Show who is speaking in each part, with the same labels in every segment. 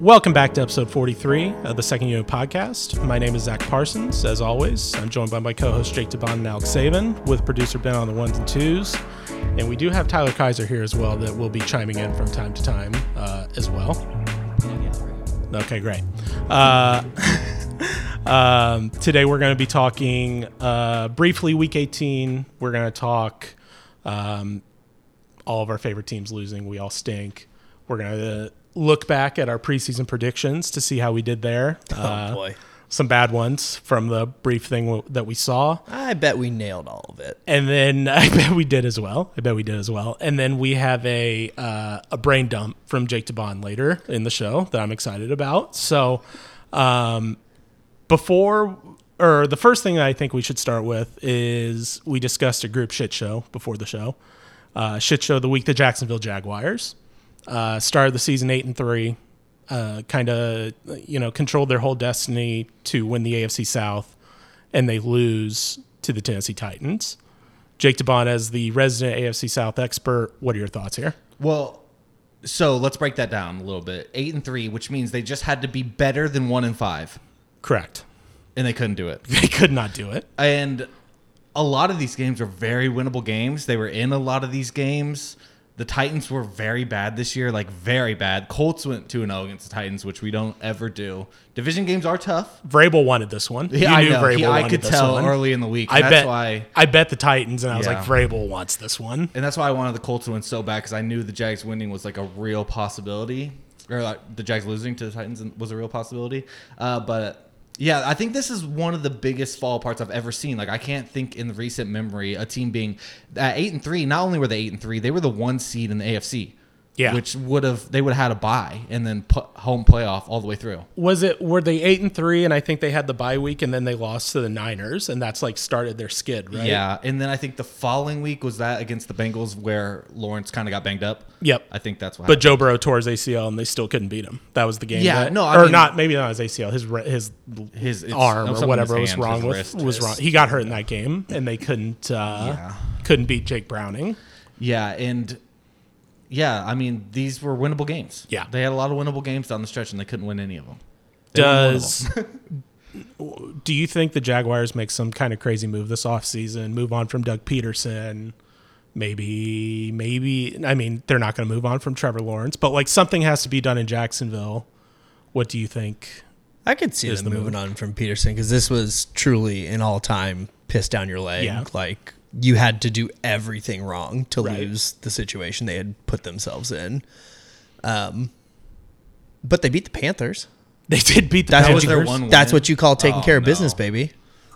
Speaker 1: Welcome back to episode 43 of the Second Unit Podcast. My name is Zach Parsons. As always, I'm joined by my co host Jake DeBond and Alex Saban, with producer Ben on the ones and twos. And we do have Tyler Kaiser here as well, that will be chiming in from time to time uh, as well. Okay, great. Uh, um, today we're going to be talking uh, briefly week 18. We're going to talk um, all of our favorite teams losing. We all stink. We're going to look back at our preseason predictions to see how we did there. Uh,
Speaker 2: boy.
Speaker 1: Some bad ones from the brief thing w- that we saw.
Speaker 2: I bet we nailed all of it.
Speaker 1: And then I bet we did as well. I bet we did as well. And then we have a uh, a brain dump from Jake DeBond later in the show that I'm excited about. So um, before or the first thing that I think we should start with is we discussed a group shit show before the show. Uh, shit show the week the Jacksonville Jaguars uh, started the season eight and three. Uh, kind of, you know, controlled their whole destiny to win the AFC South, and they lose to the Tennessee Titans. Jake DeBond, as the resident AFC South expert, what are your thoughts here?
Speaker 3: Well, so let's break that down a little bit. Eight and three, which means they just had to be better than one and five,
Speaker 1: Correct.
Speaker 3: and they couldn't do it.
Speaker 1: They could not do it.
Speaker 3: And a lot of these games are very winnable games. They were in a lot of these games. The Titans were very bad this year, like very bad. Colts went 2 0 against the Titans, which we don't ever do. Division games are tough.
Speaker 1: Vrabel wanted this one.
Speaker 3: Yeah, I
Speaker 1: you knew
Speaker 3: know.
Speaker 1: Vrabel
Speaker 3: He- I
Speaker 1: wanted
Speaker 3: could
Speaker 1: this
Speaker 3: tell
Speaker 1: one.
Speaker 3: early in the week.
Speaker 1: I
Speaker 3: that's
Speaker 1: bet.
Speaker 3: why
Speaker 1: I bet the Titans, and I was
Speaker 3: Yeah.
Speaker 1: like, Vrabel wants this one.
Speaker 3: And that's why I wanted the Colts to win so bad because I knew the Jags winning was like a real possibility, or like the Jags losing to the Titans was a real possibility. Uh, but yeah, I think this is one of the biggest fall parts I've ever seen. Like I can't think in recent memory a team being at eight and three. Not only were they eight and three, they were the one seed in the AFC.
Speaker 1: Yeah.
Speaker 3: which would have they would have had a bye and then put home playoff all the way through.
Speaker 1: Was it were they eight and three, and I think they had the bye week, and then they lost to the Niners, and that's like started their skid, right?
Speaker 3: Yeah, and then I think the following week was that against the Bengals where Lawrence kind of got banged up.
Speaker 1: Yep.
Speaker 3: I think that's what.
Speaker 1: But Joe Burrow tore his ACL, and they still couldn't beat him. That was the game.
Speaker 3: Yeah,
Speaker 1: that-
Speaker 3: no, I
Speaker 1: or
Speaker 3: mean-
Speaker 1: not. Maybe not his ACL. His re- his
Speaker 3: His- it's-
Speaker 1: arm
Speaker 3: no,
Speaker 1: or
Speaker 3: something
Speaker 1: whatever
Speaker 3: in
Speaker 1: was
Speaker 3: his hand,
Speaker 1: wrong
Speaker 3: his
Speaker 1: with
Speaker 3: wrist,
Speaker 1: was
Speaker 3: his-
Speaker 1: wrong. He got hurt in that game, and they couldn't uh,
Speaker 3: Yeah.
Speaker 1: couldn't beat Jake Browning.
Speaker 3: Yeah, and yeah, I mean these were winnable games.
Speaker 1: Yeah.
Speaker 3: they had a lot of winnable games down the stretch, and they couldn't win any of them. They were winnable.
Speaker 1: Does do you think the Jaguars make some kind of crazy move this offseason, Move on from Doug Peterson? Maybe, maybe. I mean, they're not going to move on from Trevor Lawrence, but like something has to be done in Jacksonville. What do you think?
Speaker 2: I could see
Speaker 1: Is
Speaker 2: them
Speaker 1: the
Speaker 2: moving on from Peterson because this was truly an all time piss down your leg.
Speaker 1: Yeah.
Speaker 2: Like you had to do everything wrong to
Speaker 1: Right.
Speaker 2: lose the situation they had put themselves in. Um, but they beat the Panthers.
Speaker 1: They did beat the
Speaker 2: That's
Speaker 3: That
Speaker 2: what
Speaker 3: was
Speaker 2: you,
Speaker 1: Panthers.
Speaker 3: their one
Speaker 2: That's
Speaker 3: win?
Speaker 2: what you call taking
Speaker 3: Oh,
Speaker 2: care of
Speaker 3: no.
Speaker 2: business, baby.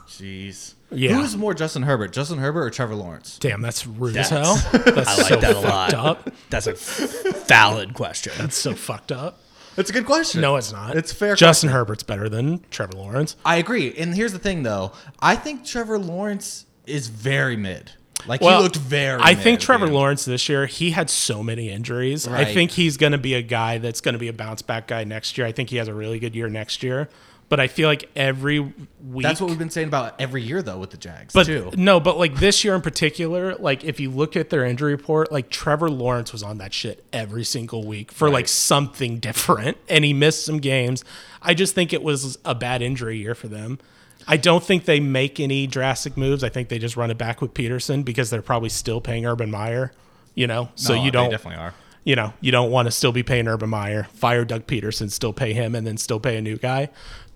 Speaker 3: jeez,
Speaker 1: Yeah.
Speaker 3: who's more Justin Herbert, Justin Herbert or Trevor Lawrence?
Speaker 1: Damn, that's rude as hell.
Speaker 2: That's-
Speaker 1: That's
Speaker 2: I like
Speaker 1: so
Speaker 2: that a
Speaker 1: fucked
Speaker 2: lot.
Speaker 1: up.
Speaker 2: That's a valid question.
Speaker 1: That's so fucked up.
Speaker 3: That's a good question.
Speaker 1: No, it's not.
Speaker 3: It's a fair.
Speaker 1: Justin Herbert's better than Trevor Lawrence.
Speaker 3: I agree. And here's the thing, though, I think Trevor Lawrence is very mid. Like he looked very.
Speaker 1: I
Speaker 3: mid
Speaker 1: think
Speaker 3: at the
Speaker 1: Trevor
Speaker 3: end.
Speaker 1: Lawrence this year, he had so many injuries. I
Speaker 3: Right.
Speaker 1: think he's going to be a guy that's going to be a bounce back guy next year. I think he has a really good year next year. But I feel like every week.
Speaker 3: That's what we've been saying about every year, though, with the Jags
Speaker 1: but
Speaker 3: too.
Speaker 1: no, but like this year in particular, like if you look at their injury report, like Trevor Lawrence was on that shit every single week for like something different, and he missed some games. I just think it was a bad injury year for them. I don't think they make any drastic moves. I think they just run it back with Peterson because they're probably still paying Urban Meyer, you know. So
Speaker 3: No,
Speaker 1: you
Speaker 3: they
Speaker 1: don't
Speaker 3: definitely are.
Speaker 1: you know, you don't want to still be paying Urban Meyer, fire Doug Peterson, still pay him, and then still pay a new guy.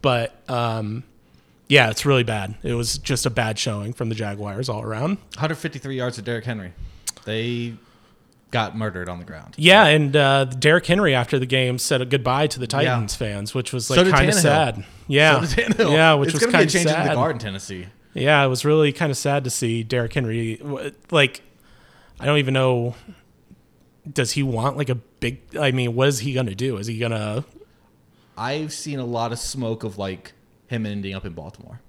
Speaker 1: But um, yeah, it's really bad. It was just a bad showing from the Jaguars all around.
Speaker 3: 153 yards to Derrick Henry. They got murdered on the ground.
Speaker 1: Yeah, and uh, Derrick Henry after the game said a goodbye to the Titans fans, which was like
Speaker 3: did
Speaker 1: kind of
Speaker 3: Tannehill.
Speaker 1: sad. Yeah,
Speaker 3: So did Tannehill.
Speaker 1: yeah, which
Speaker 3: it's
Speaker 1: was
Speaker 3: gonna
Speaker 1: kind
Speaker 3: be a
Speaker 1: of
Speaker 3: change in
Speaker 1: sad.
Speaker 3: the guard in Tennessee.
Speaker 1: Yeah, it was really kind of sad to see Derrick Henry. w- Like, I don't even know. Does he want like a big? I mean, what is he gonna do? Is he gonna?
Speaker 3: I've seen a lot of smoke of like him ending up in Baltimore.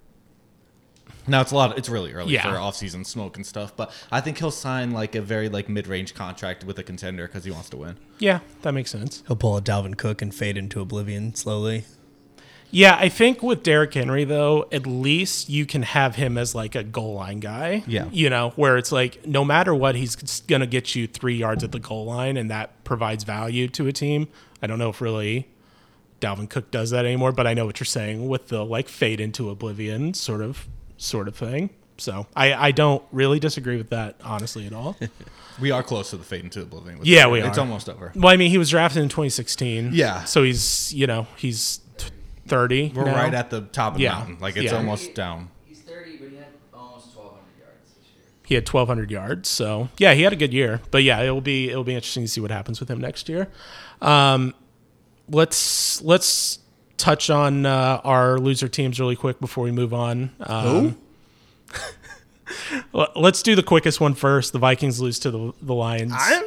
Speaker 3: Now it's a lot. It's really early
Speaker 1: Yeah.
Speaker 3: for offseason smoke and stuff, but I think he'll sign like a very like mid-range contract with a contender because he wants to win.
Speaker 1: Yeah, that makes sense.
Speaker 2: He'll pull a Dalvin Cook and fade into oblivion slowly.
Speaker 1: Yeah, I think with Derrick Henry though, at least you can have him as like a goal line guy.
Speaker 3: Yeah.
Speaker 1: You know, where it's like no matter what, he's gonna get you three yards at the goal line and that provides value to a team. I don't know if really Dalvin Cook does that anymore, but I know what you're saying with the like fade into oblivion sort of sort of thing. So I, I don't really disagree with that honestly at all.
Speaker 3: We are close to the fade into oblivion. with
Speaker 1: Yeah,
Speaker 3: Tua.
Speaker 1: we
Speaker 3: It's
Speaker 1: are.
Speaker 3: almost over.
Speaker 1: well, I mean, he was drafted in 2016.
Speaker 3: Yeah.
Speaker 1: So he's you know he's t- 30.
Speaker 3: We're
Speaker 1: now.
Speaker 3: right at the top of the
Speaker 1: Yeah.
Speaker 3: mountain. Like it's
Speaker 1: Yeah.
Speaker 3: almost down.
Speaker 4: He's 30, but he had almost 1,200 yards this year.
Speaker 1: he had 1200 yards so yeah he had a good year but yeah it'll be it'll be interesting to see what happens with him next year um let's let's touch on uh, our loser teams really quick before we move on um, le- let's do the quickest one first the vikings lose to the, the lions
Speaker 2: I'm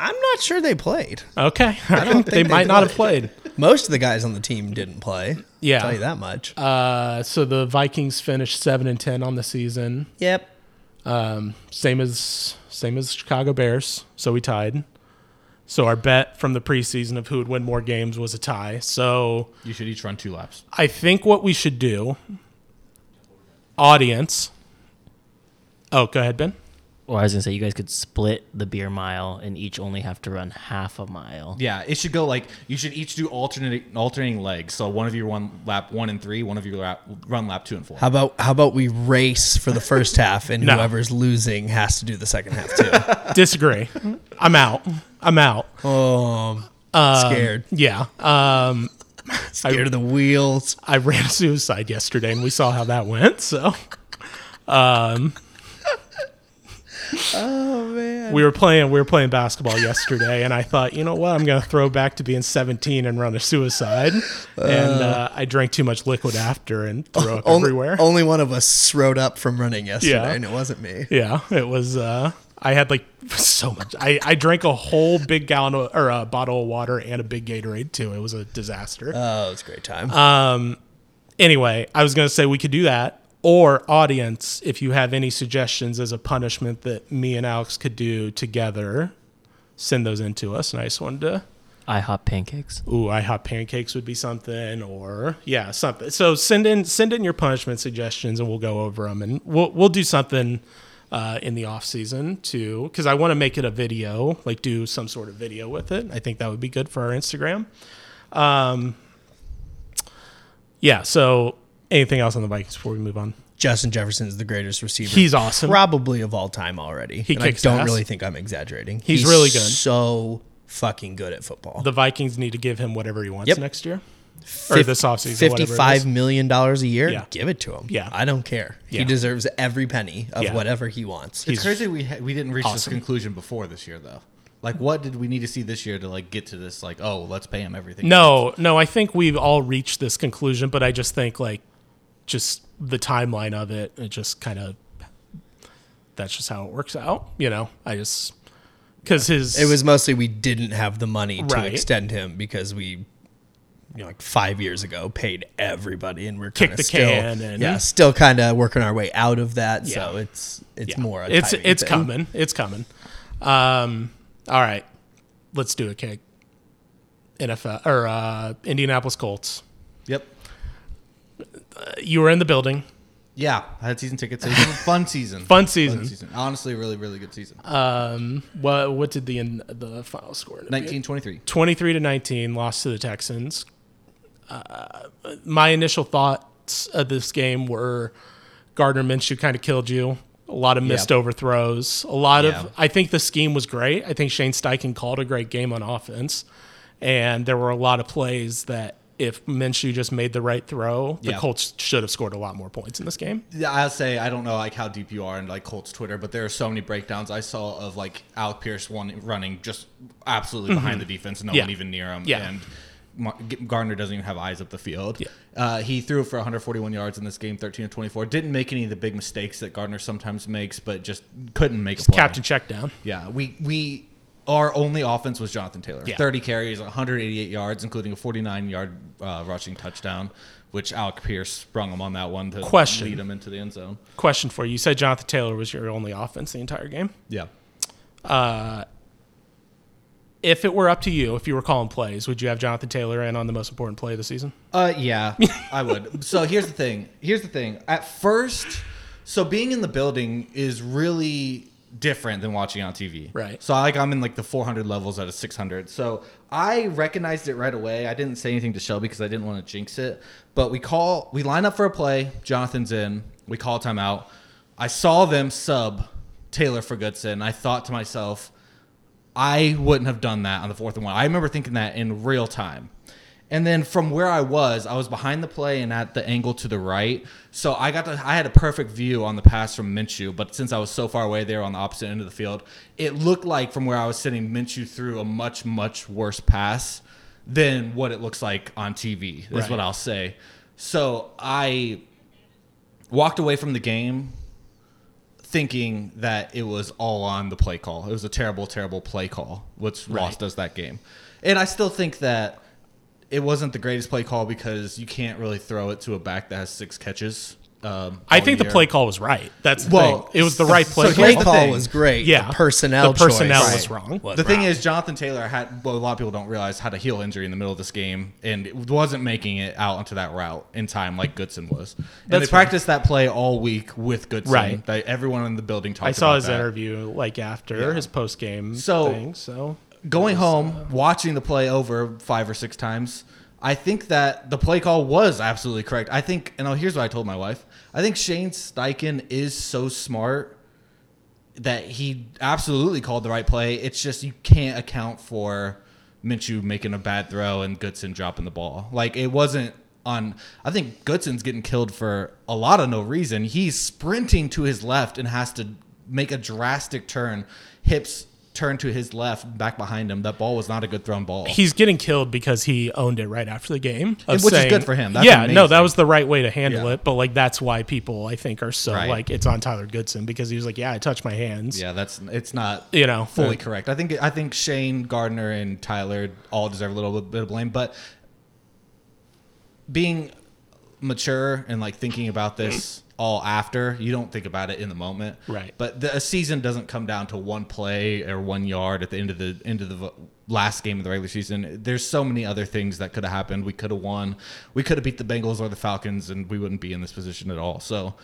Speaker 2: I'm not sure they played.
Speaker 1: okay they,
Speaker 2: think they
Speaker 1: might not have
Speaker 2: did.
Speaker 1: played
Speaker 2: Most of the guys on the team didn't play.
Speaker 1: Yeah.
Speaker 2: tell you that much.
Speaker 1: uh, so the vikings finished 7 and 10 on the season
Speaker 2: yep.
Speaker 1: same as same as Chicago Bears, so we tied. So our bet from the preseason of who would win more games was a tie. So
Speaker 3: You should each run two laps.
Speaker 1: I think what we should do, audience. Oh, go ahead, Ben.
Speaker 5: Or I was gonna say you guys could split the beer mile and each only have to run half a mile.
Speaker 3: Yeah, it should go like you should each do alternating alternating legs. So one of you run lap one and three, one of you lap, run lap two and four.
Speaker 2: How about how about we race for the first half and
Speaker 1: No.
Speaker 2: whoever's losing has to do the second half too.
Speaker 1: Disagree. I'm out. I'm out.
Speaker 2: um, scared,
Speaker 1: Yeah. Um,
Speaker 2: scared of the wheels.
Speaker 1: I ran a suicide yesterday, and we saw how that went. So. um,
Speaker 2: Oh man,
Speaker 1: we were playing we were playing basketball yesterday and i thought you know what i'm going to throw back to being 17 and run a suicide and uh, i drank too much liquid after and threw up
Speaker 2: only,
Speaker 1: everywhere
Speaker 2: Only one of us rode up from running yesterday,
Speaker 1: Yeah.
Speaker 2: and it wasn't me.
Speaker 1: yeah it was uh, i had like so much I, I drank a whole big gallon of, or a bottle of water and a big gatorade too it was a disaster
Speaker 2: Oh, it was a great time.
Speaker 1: anyway, I was going to say we could do that. Or audience, if you have any suggestions as a punishment that me and Alex could do together, send those in to us. And I just wanted to,
Speaker 5: I hop pancakes.
Speaker 1: ooh, IHOP pancakes would be something, or yeah, something. So send in send in your punishment suggestions, and we'll go over them, and we'll we'll do something uh, in the off season too, because I want to make it a video, like do some sort of video with it. I think that would be good for our Instagram. Um, yeah. So anything else on the Vikings before we move on?
Speaker 2: Justin Jefferson is the greatest receiver.
Speaker 1: He's awesome.
Speaker 2: probably of all time already.
Speaker 1: He
Speaker 2: and I
Speaker 1: kicks
Speaker 2: don't
Speaker 1: ass.
Speaker 2: really think I'm exaggerating.
Speaker 1: He's really good.
Speaker 2: So fucking good at football.
Speaker 1: The Vikings need to give him whatever he wants
Speaker 2: Yep.
Speaker 1: next year or this offseason. whatever it is.
Speaker 2: fifty-five million dollars a year.
Speaker 1: Yeah.
Speaker 2: Give it to him.
Speaker 1: Yeah.
Speaker 2: I don't care.
Speaker 1: Yeah.
Speaker 2: He deserves every penny of
Speaker 1: Yeah.
Speaker 2: whatever he wants.
Speaker 3: it's crazy we ha- we didn't reach this
Speaker 1: awesome.
Speaker 3: conclusion before this year though. Like what did we need to see this year to like get to this like oh let's pay him everything?
Speaker 1: No, no, I think we've all reached this conclusion, but I just think like just the timeline of it, it just kind of that's just how it works out, you know. I just because his
Speaker 2: It was mostly we didn't have the money to
Speaker 1: Right.
Speaker 2: extend him because we, you know, like five years ago, paid everybody, and we're
Speaker 1: Kicked
Speaker 2: kind
Speaker 1: the
Speaker 2: of still,
Speaker 1: can and-
Speaker 2: yeah, still kind of working our way out of that. So
Speaker 1: Yeah.
Speaker 2: it's it's
Speaker 1: yeah.
Speaker 2: more. A
Speaker 1: it's
Speaker 2: timing
Speaker 1: it's
Speaker 2: thing.
Speaker 1: coming, it's coming. Um, all right, let's do it, Keg. NFL or uh, Indianapolis Colts.
Speaker 3: Yep.
Speaker 1: You were in the building.
Speaker 3: Yeah, I had season tickets. It was a fun season.
Speaker 1: Fun season. Uh,
Speaker 3: Honestly, really, really good season.
Speaker 1: What what did the in, the final score? end up being?
Speaker 3: 1923.
Speaker 1: 23 to 19 lost to the texans uh, my initial thoughts of this game were gardner minshew kind of killed you a lot of missed overthrows a lot
Speaker 3: Yeah.
Speaker 1: of i think the scheme was great i think shane steichen called a great game on offense and there were a lot of plays that if minshew just made the right throw the
Speaker 3: Yeah.
Speaker 1: colts should have scored a lot more points in this game
Speaker 3: Yeah, I'll say I don't know like how deep you are in like Colts Twitter, but there are so many breakdowns I saw of like Alec Pierce one running just absolutely behind the defense, no
Speaker 1: Mm-hmm. Yeah.
Speaker 3: one even near him,
Speaker 1: Yeah.
Speaker 3: and Mar- G- Gardner doesn't even have eyes up the field.
Speaker 1: Yeah.
Speaker 3: Uh, he threw for 141 yards in this game, 13 to 24. Didn't make any of the big mistakes that Gardner sometimes makes, but just couldn't make a play.
Speaker 1: captain check down
Speaker 3: Yeah, we we our only offense was Jonathan Taylor.
Speaker 1: Yeah.
Speaker 3: 30 carries, 188 yards, including a 49 yard uh, rushing touchdown, which Alec Pierce sprung him on that one to
Speaker 1: Question.
Speaker 3: lead him into the end zone.
Speaker 1: question for you you said jonathan taylor was your only offense the entire game
Speaker 3: Yeah.
Speaker 1: if it were up to you, if you were calling plays, would you have Jonathan Taylor in on the most important play of the season?
Speaker 3: Uh, yeah, I would. So here's the thing. Here's the thing. At first, so being in the building is really different than watching it on TV.
Speaker 1: Right.
Speaker 3: So like I'm in like the 400 levels out of 600. So I recognized it right away. I didn't say anything to Shelby because I didn't want to jinx it. But we call, we line up for a play. Jonathan's in. We call timeout. I saw them sub Taylor for Goodson. I thought to myself, I wouldn't have done that on the fourth and one. I remember thinking that in real time. And then from where I was, I was behind the play and at the angle to the right. So I got to, I had a perfect view on the pass from Minshew, but since I was so far away there on the opposite end of the field, it looked like from where I was sitting, Minshew threw a much, much worse pass than what it looks like on TV, is
Speaker 1: Right.
Speaker 3: what I'll say. So I walked away from the game thinking that it was all on the play call. It was a terrible, terrible play call, which lost us that game. And I still think that it wasn't the greatest play call because you can't really throw it to a back that has six catches. Um,
Speaker 1: I
Speaker 3: all
Speaker 1: think the
Speaker 3: year.
Speaker 1: play call was right. That's the
Speaker 3: Well,
Speaker 1: thing. It was the right
Speaker 3: so
Speaker 1: play
Speaker 3: here's
Speaker 1: call.
Speaker 2: Play
Speaker 3: the
Speaker 2: call
Speaker 3: thing.
Speaker 2: was great.
Speaker 1: Yeah.
Speaker 2: the personnel.
Speaker 1: The personnel
Speaker 2: choice.
Speaker 1: was wrong.
Speaker 2: was
Speaker 3: The thing
Speaker 2: wrong.
Speaker 3: is, Jonathan Taylor had well, a lot of people don't realize had a heel injury in the middle of this game and it wasn't making it out onto that route in time like Goodson was. And they
Speaker 1: That's fair.
Speaker 3: practiced that play all week with Goodson.
Speaker 1: Right.
Speaker 3: They- everyone in the building talked.
Speaker 1: I saw
Speaker 3: about
Speaker 1: his
Speaker 3: that.
Speaker 1: interview like after his post game
Speaker 3: So-
Speaker 1: thing. So
Speaker 3: going home, watching the play over five or six times, I think that the play call was absolutely correct. I think, and oh, here's what I told my wife. I think Shane Steichen is so smart that he absolutely called the right play. It's just you can't account for Minshew making a bad throw and Goodson dropping the ball. Like it wasn't on. I think Goodson's getting killed for a lot of no reason. He's sprinting to his left and has to make a drastic turn, hips turn to his left, back behind him. That ball was not a good thrown ball.
Speaker 1: he's getting killed because he owned it right after the game, of
Speaker 3: Which is
Speaker 1: saying-
Speaker 3: good for him. That's
Speaker 1: yeah, no,
Speaker 3: amazing.
Speaker 1: that was the right way to handle
Speaker 3: Yeah.
Speaker 1: it. But like that's why people I think are so
Speaker 3: Right.
Speaker 1: like it's on Tyler Goodson because he was like, yeah, I touched my hands.
Speaker 3: yeah, that's it's not
Speaker 1: you know,
Speaker 3: fully
Speaker 1: uh,
Speaker 3: correct. I think I think Shane Gardner and Tyler all deserve a little bit of blame, but being mature and like thinking about this all after, you don't think about it in the moment,
Speaker 1: Right.
Speaker 3: But the, a season doesn't come down to one play or one yard at the end of the end of the v- last game of the regular season. There's so many other things that could have happened. We could have won. We could have beat the Bengals or the Falcons, and we wouldn't be in this position at all. So.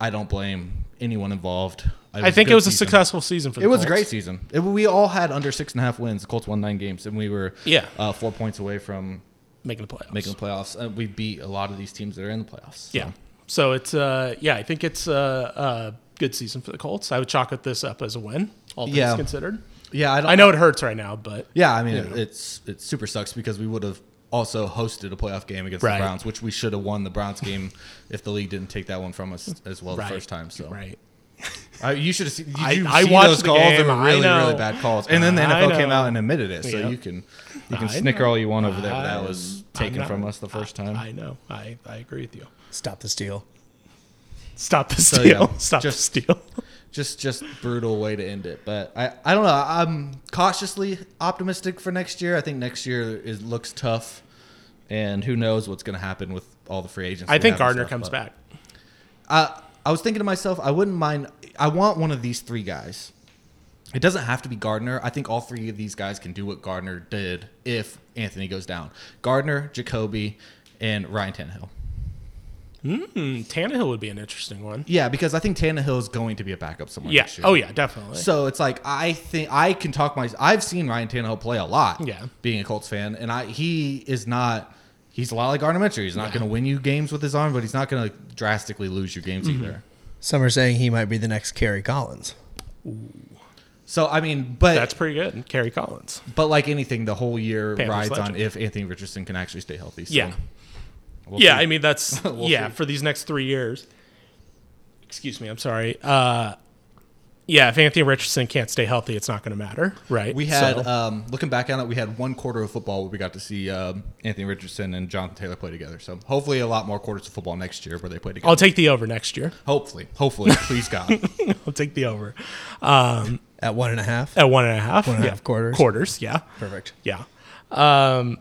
Speaker 3: I don't blame anyone involved.
Speaker 1: I think
Speaker 3: good
Speaker 1: it was a
Speaker 3: season.
Speaker 1: successful season for the
Speaker 3: It was a
Speaker 1: Colts.
Speaker 3: great season. It- we all had under six and a half wins. The Colts won nine games, and we were
Speaker 1: Yeah.
Speaker 3: uh, four points away from
Speaker 1: making the playoffs.
Speaker 3: making the playoffs. Uh, we beat a lot of these teams that are in the playoffs. So.
Speaker 1: Yeah. So it's uh yeah, I think it's uh, a good season for the Colts. I would chalk it this up as a win, all things
Speaker 3: Yeah.
Speaker 1: considered.
Speaker 3: yeah. I, don't,
Speaker 1: I know it hurts right now, but
Speaker 3: Yeah, I mean, it, it's it super sucks because we would have also hosted a playoff game against
Speaker 1: Right.
Speaker 3: the Browns, which we should have won the Browns game if the league didn't take that one from us as well
Speaker 1: right.
Speaker 3: the first time. So
Speaker 1: right.
Speaker 3: I, you should have seen. Did
Speaker 1: I-
Speaker 3: you
Speaker 1: I
Speaker 3: see
Speaker 1: watched
Speaker 3: those
Speaker 1: the
Speaker 3: calls. They
Speaker 1: game.
Speaker 3: were
Speaker 1: I
Speaker 3: really, really
Speaker 1: know.
Speaker 3: bad calls. And then the
Speaker 1: I
Speaker 3: NFL came
Speaker 1: know.
Speaker 3: out and admitted it, so
Speaker 1: Yep.
Speaker 3: you can you can
Speaker 1: I
Speaker 3: snicker
Speaker 1: know.
Speaker 3: all you want over there. But that
Speaker 1: I-
Speaker 3: was
Speaker 1: I'm
Speaker 3: taken
Speaker 1: not-
Speaker 3: from us the first time.
Speaker 1: I know. I, I agree with you.
Speaker 2: Stop the steal.
Speaker 1: Stop the
Speaker 3: So,
Speaker 1: steal.
Speaker 3: yeah,
Speaker 1: Stop
Speaker 3: just-
Speaker 1: the steal.
Speaker 3: just just brutal way to end it. But I, I don't know. I'm cautiously optimistic for next year. I think next year is looks tough, and who knows what's going to happen with all the free agents.
Speaker 1: I
Speaker 3: we
Speaker 1: think
Speaker 3: have and
Speaker 1: Gardner
Speaker 3: stuff,
Speaker 1: comes
Speaker 3: but-
Speaker 1: back.
Speaker 3: I I was thinking to myself, I wouldn't mind. I want one of these three guys. It doesn't have to be Gardner. I think all three of these guys can do what Gardner did if Anthony goes down. Gardner, Jacoby, and Ryan Tannehill.
Speaker 1: Hmm, Tannehill would be an interesting one.
Speaker 3: Yeah, because I think Tannehill is going to be a backup somewhere.
Speaker 1: Yeah.
Speaker 3: next year.
Speaker 1: Oh yeah, definitely.
Speaker 3: So it's like I think I can talk my. I've seen Ryan Tannehill play a lot.
Speaker 1: Yeah.
Speaker 3: being a Colts fan, and I he is not. He's a lot like Gardner Minshew. He's not going to win you games with his arm, but he's not going to drastically lose you games
Speaker 1: Mm-hmm.
Speaker 3: either.
Speaker 2: Some are saying he might be the next Kerry Collins.
Speaker 3: So I mean, but
Speaker 1: That's pretty good. Kerry Collins.
Speaker 3: but like anything, the whole year
Speaker 1: Panthers
Speaker 3: rides on
Speaker 1: legend.
Speaker 3: if Anthony Richardson can actually stay healthy. So
Speaker 1: Yeah.
Speaker 3: we'll
Speaker 1: yeah,
Speaker 3: see.
Speaker 1: I mean that's
Speaker 3: We'll
Speaker 1: yeah,
Speaker 3: see.
Speaker 1: for these next 3 years. Excuse me, I'm sorry. Uh yeah, if Anthony Richardson can't stay healthy, it's not going to matter, right?
Speaker 3: We had
Speaker 1: So-
Speaker 3: um, looking back on it, we had one quarter of football where we got to see um, Anthony Richardson and Jonathan Taylor play together. So hopefully, a lot more quarters of football next year where they play together.
Speaker 1: I'll take the over next year.
Speaker 3: hopefully, hopefully, please God.
Speaker 1: I'll take the over
Speaker 2: At one and a half.
Speaker 1: at one and a half.
Speaker 2: One and a
Speaker 1: yeah.
Speaker 2: half quarters.
Speaker 1: Quarters, yeah,
Speaker 2: Perfect.
Speaker 1: yeah. Um,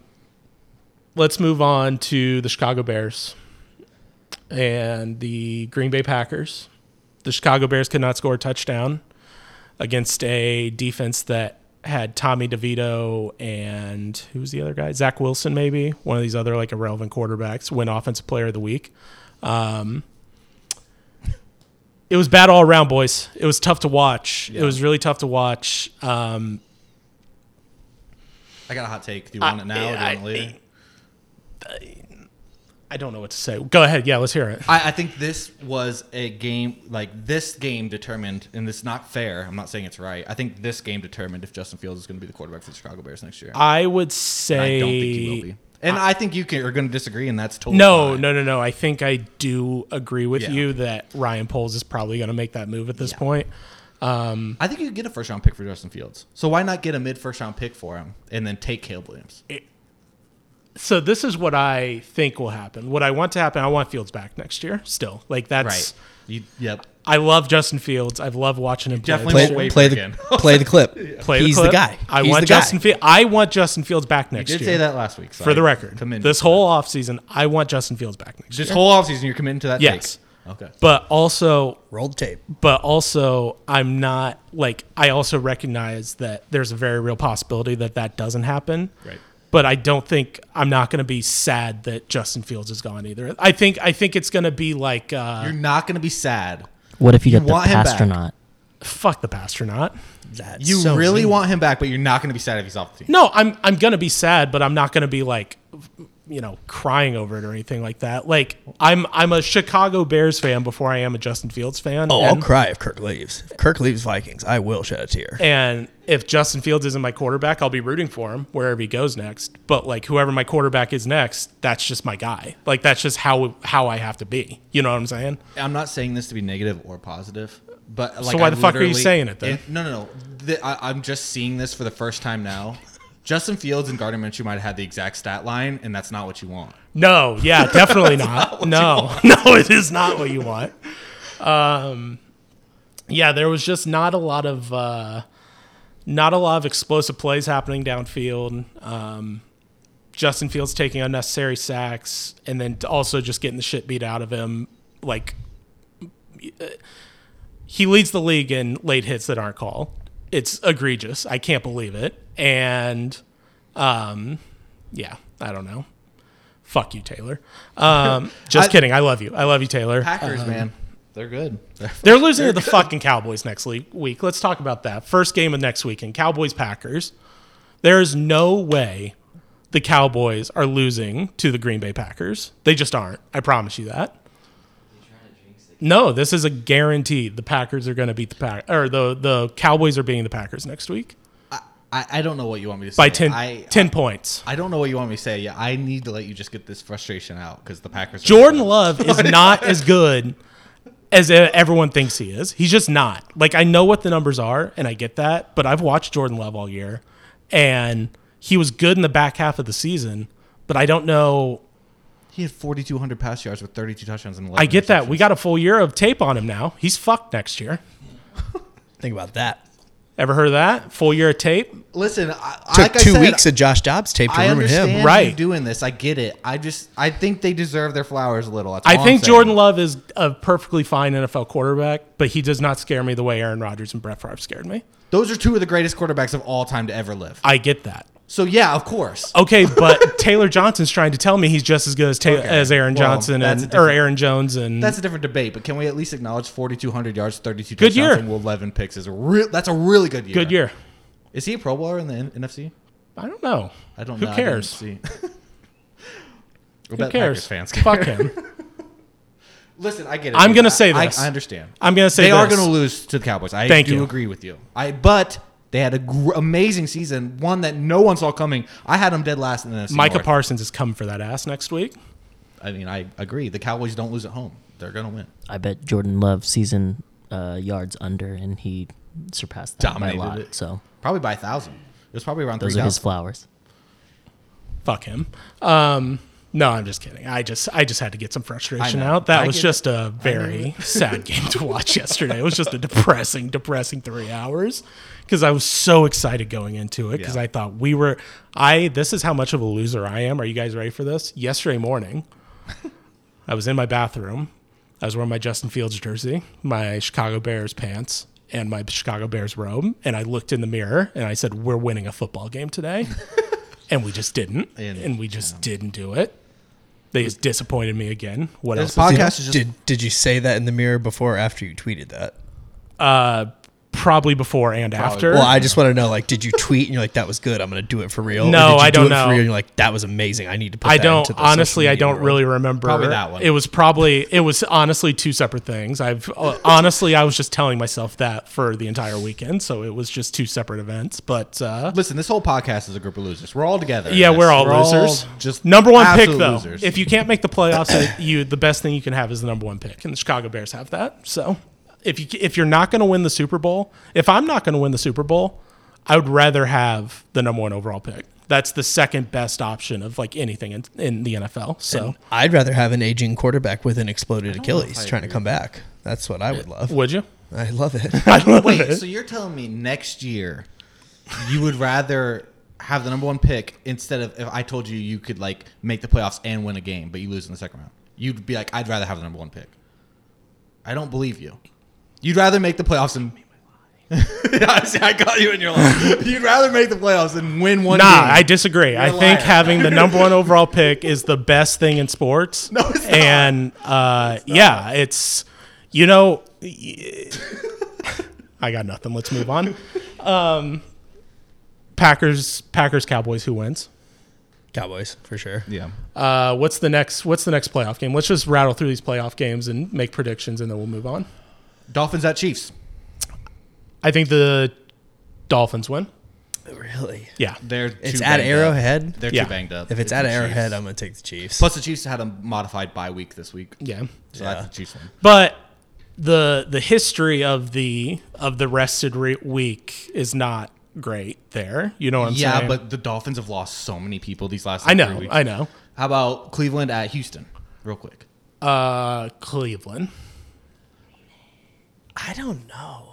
Speaker 1: let's move on to the Chicago Bears and the Green Bay Packers. The Chicago Bears could not score a touchdown against a defense that had Tommy DeVito and who was the other guy? Zach Wilson, maybe one of these other like irrelevant quarterbacks. Win Offensive Player of the Week. Um, it was bad all around, boys. It was tough to watch. It was really tough to watch. Um,
Speaker 3: I got a hot take. Do you want it now or do you want it later?
Speaker 1: I don't know what to say. Go ahead. Yeah, let's hear it.
Speaker 3: I, I think this was a game like this game determined, and it's not fair. I'm not saying it's right. I think this game determined if Justin Fields is going to be the quarterback for the Chicago Bears next year.
Speaker 1: I would
Speaker 3: And
Speaker 1: say
Speaker 3: I don't think he will be. And I, think you can, are going to disagree, and that's totally
Speaker 1: No,
Speaker 3: fine.
Speaker 1: no, no, no. I think I do agree with
Speaker 3: Yeah.
Speaker 1: you that Ryan Poles is probably going to make that move at this point.
Speaker 3: I think you could get a first round pick for Justin Fields. So why not get a mid first round pick for him and then take Caleb Williams?
Speaker 1: So this is what I think will happen. What I want to happen, I want Fields back next year. Still, like that's.
Speaker 3: Right. You, yep.
Speaker 1: I love Justin Fields. I've loved watching him play.
Speaker 3: Definitely
Speaker 2: Play,
Speaker 3: Won't wait
Speaker 2: play
Speaker 3: for
Speaker 2: the
Speaker 3: again.
Speaker 2: play the clip.
Speaker 1: play
Speaker 2: He's
Speaker 1: clip.
Speaker 2: the guy.
Speaker 1: I
Speaker 2: He's
Speaker 1: want
Speaker 2: the guy.
Speaker 1: Justin. Fields. I want Justin Fields back
Speaker 3: You
Speaker 1: next
Speaker 3: did
Speaker 1: year.
Speaker 3: say that last week. so
Speaker 1: for
Speaker 3: I
Speaker 1: the record.
Speaker 3: commend
Speaker 1: This
Speaker 3: you for
Speaker 1: whole offseason, I want Justin Fields back next
Speaker 3: that.
Speaker 1: year.
Speaker 3: this whole offseason, you're committing to that.
Speaker 1: Yes.
Speaker 3: Take. Okay.
Speaker 1: But also,
Speaker 2: Rolled tape.
Speaker 1: but also i'm not like i also recognize that there's a very real possibility that that doesn't happen
Speaker 3: Right.
Speaker 1: but i don't think i'm not going to be sad that justin fields is gone either i think i think it's going to be like uh,
Speaker 3: You're not going to be sad.
Speaker 5: What if you,
Speaker 3: You
Speaker 5: get the
Speaker 3: want him back.
Speaker 5: astronaut?
Speaker 1: fuck the pastronaut
Speaker 2: That's
Speaker 3: You
Speaker 2: so
Speaker 3: really
Speaker 2: mean.
Speaker 3: want him back, but you're not going to be sad if he's off the team.
Speaker 1: no i'm i'm going to be sad but i'm not going to be like you know crying over it or anything like that like i'm i'm a chicago bears fan before i am a justin fields fan
Speaker 2: Oh, I'll
Speaker 1: and-
Speaker 2: cry if Kirk leaves. If Kirk leaves Vikings, I will shed a tear.
Speaker 1: And if Justin Fields isn't my quarterback, I'll be rooting for him wherever he goes next. But like whoever my quarterback is next, that's just my guy. Like that's just how how I have to be. You know what I'm saying?
Speaker 3: I'm not saying this to be negative or positive, but like,
Speaker 1: why
Speaker 3: I
Speaker 1: the fuck are you
Speaker 3: literally-
Speaker 1: saying it then?
Speaker 3: and- no, no, no. The, I, I'm just seeing this for the first time now. Justin Fields and Gardner Minshew might have had the exact stat line, and that's not what you want.
Speaker 1: No, yeah, definitely not. no, no, it is not what you want. Um, yeah, there was just not a lot of uh, not a lot of explosive plays happening downfield. Um, Justin Fields taking unnecessary sacks, and then also just getting the shit beat out of him. Like uh, he leads the league in late hits that aren't called. It's egregious. I can't believe it. And um, yeah, I don't know. Fuck you, Taylor. Um, just
Speaker 3: I-
Speaker 1: kidding. I love you. I love you, Taylor.
Speaker 3: Packers, man, they're good.
Speaker 1: Um, They're losing to the fucking Cowboys next le- week. Let's talk about that. First game of next weekend Cowboys Packers. There is no way the Cowboys are losing to the Green Bay Packers. They just aren't. I promise you that. No, this is a guarantee. The Packers are going to beat the Pack or the the Cowboys are beating the Packers next week
Speaker 3: I, I don't know what you want me to say.
Speaker 1: by 10,
Speaker 3: I,
Speaker 1: 10 points.
Speaker 3: I don't know what you want me to say. Yeah, I need to let you just get this frustration out because the Packers. are-
Speaker 1: Jordan Love is not as good as e- everyone thinks he is. He's just not. Like I know what the numbers are and I get that, but I've watched Jordan Love all year and he was good in the back half of the season, but I don't know
Speaker 3: he had 4,200 pass yards with 32 touchdowns and 11
Speaker 1: I get that.
Speaker 3: interceptions.
Speaker 1: We got a full year of tape on him now. He's fucked next year.
Speaker 2: Think about that.
Speaker 1: Ever heard of that? Full year of tape?
Speaker 3: Listen, I,
Speaker 2: Took
Speaker 3: like I
Speaker 2: two
Speaker 3: said,
Speaker 2: weeks of Josh Dobbs tape to
Speaker 3: I
Speaker 2: ruin
Speaker 3: understand
Speaker 2: him.
Speaker 3: you
Speaker 1: Right.
Speaker 3: doing this. I get it. I just I think they deserve their flowers a little. That's
Speaker 1: I
Speaker 3: all I'm
Speaker 1: think
Speaker 3: saying.
Speaker 1: Jordan Love is a perfectly fine NFL quarterback, but he does not scare me the way Aaron Rodgers and Brett Favre scared me.
Speaker 3: Those are two of the greatest quarterbacks of all time to ever live.
Speaker 1: I get that.
Speaker 3: So yeah, of course.
Speaker 1: Okay, but Taylor Johnson's trying to tell me he's just as good as, Ta- as Aaron
Speaker 3: well,
Speaker 1: Johnson
Speaker 3: that's a
Speaker 1: and or
Speaker 3: different-
Speaker 1: Aaron Jones and
Speaker 3: That's a different debate, but can we at least acknowledge 4,200 yards, 32
Speaker 1: Good
Speaker 3: touchdowns,
Speaker 1: year.
Speaker 3: and 11 picks is a real. That's a really good year.
Speaker 1: good year.
Speaker 3: Is he a Pro Bowler in the N- NFC?
Speaker 1: I don't know.
Speaker 3: I don't
Speaker 1: Who
Speaker 3: know. I didn't
Speaker 1: cares?
Speaker 3: see.
Speaker 1: Who cares?
Speaker 3: Fans
Speaker 1: Fuck him.
Speaker 3: Listen, I get it.
Speaker 1: I'm
Speaker 3: dude.
Speaker 1: gonna
Speaker 3: I-
Speaker 1: say
Speaker 3: I,
Speaker 1: this.
Speaker 3: I, understand.
Speaker 1: I'm gonna say
Speaker 3: they are
Speaker 1: this.
Speaker 3: going to lose to the Cowboys. I
Speaker 1: Thank
Speaker 3: do
Speaker 1: you.
Speaker 3: agree with you. I but they had an gr- amazing season, one that no one saw coming. I had them dead last in the NFC.
Speaker 1: Micah
Speaker 3: North.
Speaker 1: Parsons is coming for that ass next week.
Speaker 3: I mean, I agree. The Cowboys don't lose at home. They're going to win.
Speaker 5: I bet Jordan Love season uh, yards under, and he surpassed that
Speaker 3: Dominated
Speaker 5: by a lot.
Speaker 3: it.
Speaker 5: So
Speaker 3: Probably by a thousand. It was probably around
Speaker 5: those
Speaker 3: three
Speaker 5: are his
Speaker 3: thousand.
Speaker 5: flowers.
Speaker 1: Fuck him. Um, no, I'm just kidding. I just I just had to get some frustration
Speaker 3: I know.
Speaker 1: out. That
Speaker 3: I
Speaker 1: was
Speaker 3: get
Speaker 1: just a very sad game to watch yesterday. It was just a depressing, depressing three hours because I was so excited going into it because
Speaker 3: Yeah.
Speaker 1: I thought we were. I this is how much of a loser I am. Are you guys ready for this? Yesterday morning, I was in my bathroom. I was wearing my Justin Fields jersey, my Chicago Bears pants, and my Chicago Bears robe. And I looked in the mirror and I said, We're winning a football game today. and we just didn't.
Speaker 3: And-
Speaker 1: And, we just didn't do it. They just disappointed me again. What
Speaker 3: This
Speaker 1: else?
Speaker 3: podcast
Speaker 2: Did-
Speaker 3: is just
Speaker 2: did did you say that in the mirror before or after you tweeted that?
Speaker 1: Uh, probably before and after.
Speaker 2: Well, I just want to know, like, did you tweet and you're like, "That was good. I'm gonna do it for real." Or
Speaker 1: No,
Speaker 2: did you
Speaker 1: I
Speaker 2: do
Speaker 1: don't
Speaker 2: it For
Speaker 1: know.
Speaker 2: real and you're like, "That was amazing. I need to." Put
Speaker 1: I
Speaker 2: that
Speaker 1: don't
Speaker 2: into the social
Speaker 1: honestly. I
Speaker 2: media
Speaker 1: don't
Speaker 2: world."
Speaker 1: really remember.
Speaker 3: Probably that one.
Speaker 1: It was probably. It was honestly two separate things. I've uh, honestly, I was just telling myself that for the entire weekend, so it was just two separate events. But uh,
Speaker 3: listen. This whole podcast is a group of losers. We're all together. in
Speaker 1: yeah,
Speaker 3: this.
Speaker 1: we're all losers.
Speaker 3: just
Speaker 1: number one pick
Speaker 3: absolute
Speaker 1: though.
Speaker 3: losers.
Speaker 1: If you can't make the playoffs, it- you the best thing you can have is the number one pick, and the Chicago Bears have that. So if you if you're not going to win the Super Bowl, if I'm not going to win the Super Bowl, I would rather have the number one overall pick. That's the second best option of like anything in, in the NFL. So.
Speaker 2: I'd rather have an aging quarterback with an exploded Achilles trying to come back. That's what I would love.
Speaker 1: Would you?
Speaker 2: I love it.
Speaker 1: I love
Speaker 3: Wait,
Speaker 1: it.
Speaker 3: so you're telling me next year you would rather have the number one pick instead of if I told you you could like make the playoffs and win a game, but you lose in the second round? You'd be like, I'd rather have the number one pick. I don't believe you. You'd rather make the playoffs and. I see, I got you in your line. You'd rather make the playoffs and win one
Speaker 1: nah,
Speaker 3: game.
Speaker 1: I disagree. I
Speaker 3: a
Speaker 1: think
Speaker 3: liar.
Speaker 1: having the number one overall pick is the best thing in sports. No,
Speaker 3: it's not.
Speaker 1: And uh, yeah, it's you know, y- I got nothing. Let's move on. Um, Packers, Packers, Cowboys. Who wins?
Speaker 2: Cowboys for sure.
Speaker 3: yeah.
Speaker 1: Uh, what's the next? What's the next playoff game? Let's just rattle through these playoff games and make predictions, and then we'll move on.
Speaker 3: Dolphins at Chiefs.
Speaker 1: I think the Dolphins win.
Speaker 2: Really?
Speaker 1: Yeah,
Speaker 3: They're too
Speaker 2: It's at
Speaker 3: banged up.
Speaker 2: Arrowhead.
Speaker 3: They're
Speaker 1: Yeah.
Speaker 3: too banged up.
Speaker 2: If it's,
Speaker 3: the
Speaker 2: at
Speaker 3: Chiefs.
Speaker 2: Arrowhead, uh, I'm gonna take the Chiefs.
Speaker 3: Plus, the Chiefs had a modified bye week this week,
Speaker 1: yeah.
Speaker 3: so
Speaker 2: Yeah.
Speaker 3: that's the Chiefs one.
Speaker 1: But the the history of the of the rested re- week is not great there. You know what I'm
Speaker 3: yeah,
Speaker 1: saying?
Speaker 3: but the Dolphins have lost so many people these last.
Speaker 1: I
Speaker 3: like,
Speaker 1: know,
Speaker 3: three weeks.
Speaker 1: I know.
Speaker 3: How about Cleveland at Houston, real quick?
Speaker 1: Uh, Cleveland.
Speaker 2: I don't know.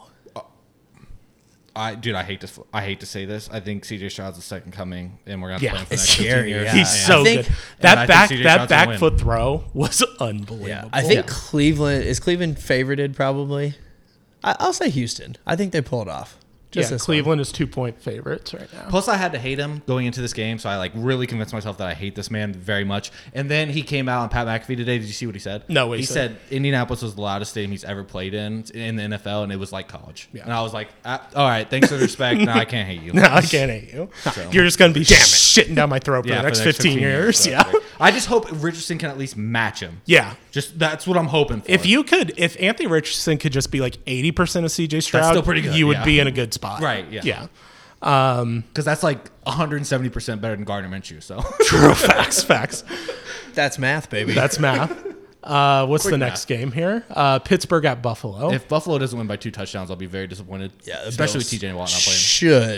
Speaker 3: I dude, I hate to I hate to say this. I think CJ Stroud's the second coming, and we're gonna
Speaker 1: Yeah.
Speaker 3: play him for the
Speaker 2: It's
Speaker 3: next 15
Speaker 2: scary,
Speaker 3: years.
Speaker 2: yeah.
Speaker 1: He's
Speaker 2: I
Speaker 1: so
Speaker 2: think-
Speaker 1: good.
Speaker 3: I
Speaker 1: That
Speaker 3: think
Speaker 1: back
Speaker 3: CJ
Speaker 1: that
Speaker 3: Stroud's gonna
Speaker 1: back
Speaker 3: win.
Speaker 1: foot throw was unbelievable.
Speaker 2: Yeah, I think
Speaker 3: Yeah.
Speaker 2: Cleveland is Cleveland favorited probably. I, I'll say Houston. I think they pulled off.
Speaker 1: Yeah,
Speaker 2: Just this one.
Speaker 1: Cleveland is two point favorites right now.
Speaker 3: Plus, I had to hate him going into this game, so I like really convinced myself that I hate this man very much. And then he came out on Pat McAfee today. Did you see what he said?
Speaker 1: No, what
Speaker 3: he
Speaker 1: he
Speaker 3: said?
Speaker 1: said?
Speaker 3: Indianapolis was the loudest stadium he's ever played in in the NFL, and it was like college.
Speaker 1: Yeah.
Speaker 3: And I was like, ah, all right, thanks for the respect. no, I can't hate you.
Speaker 1: No, I can't hate you. You're just gonna be shitting down my throat for the next
Speaker 3: for
Speaker 1: fifteen, years.
Speaker 3: so,
Speaker 1: Yeah,
Speaker 3: I just hope Richardson can at least match him.
Speaker 1: yeah.
Speaker 3: Just that's what I'm hoping for.
Speaker 1: If you could, if Anthony Richardson could just be like eighty percent of CJ Stroud,
Speaker 3: still pretty good,
Speaker 1: You would
Speaker 3: yeah.
Speaker 1: be in a good spot,
Speaker 3: Right, yeah.
Speaker 1: yeah.
Speaker 3: because that's like 170 percent better than Gardner Minshew. So
Speaker 1: True facts, facts.
Speaker 2: That's math, baby.
Speaker 1: That's math. Uh, what's the
Speaker 3: Quick
Speaker 1: next game here? Uh, Pittsburgh at Buffalo.
Speaker 3: if Buffalo doesn't win by two touchdowns, I'll be very disappointed.
Speaker 2: Yeah, the
Speaker 3: especially
Speaker 2: Bills
Speaker 3: with TJ Watt not playing.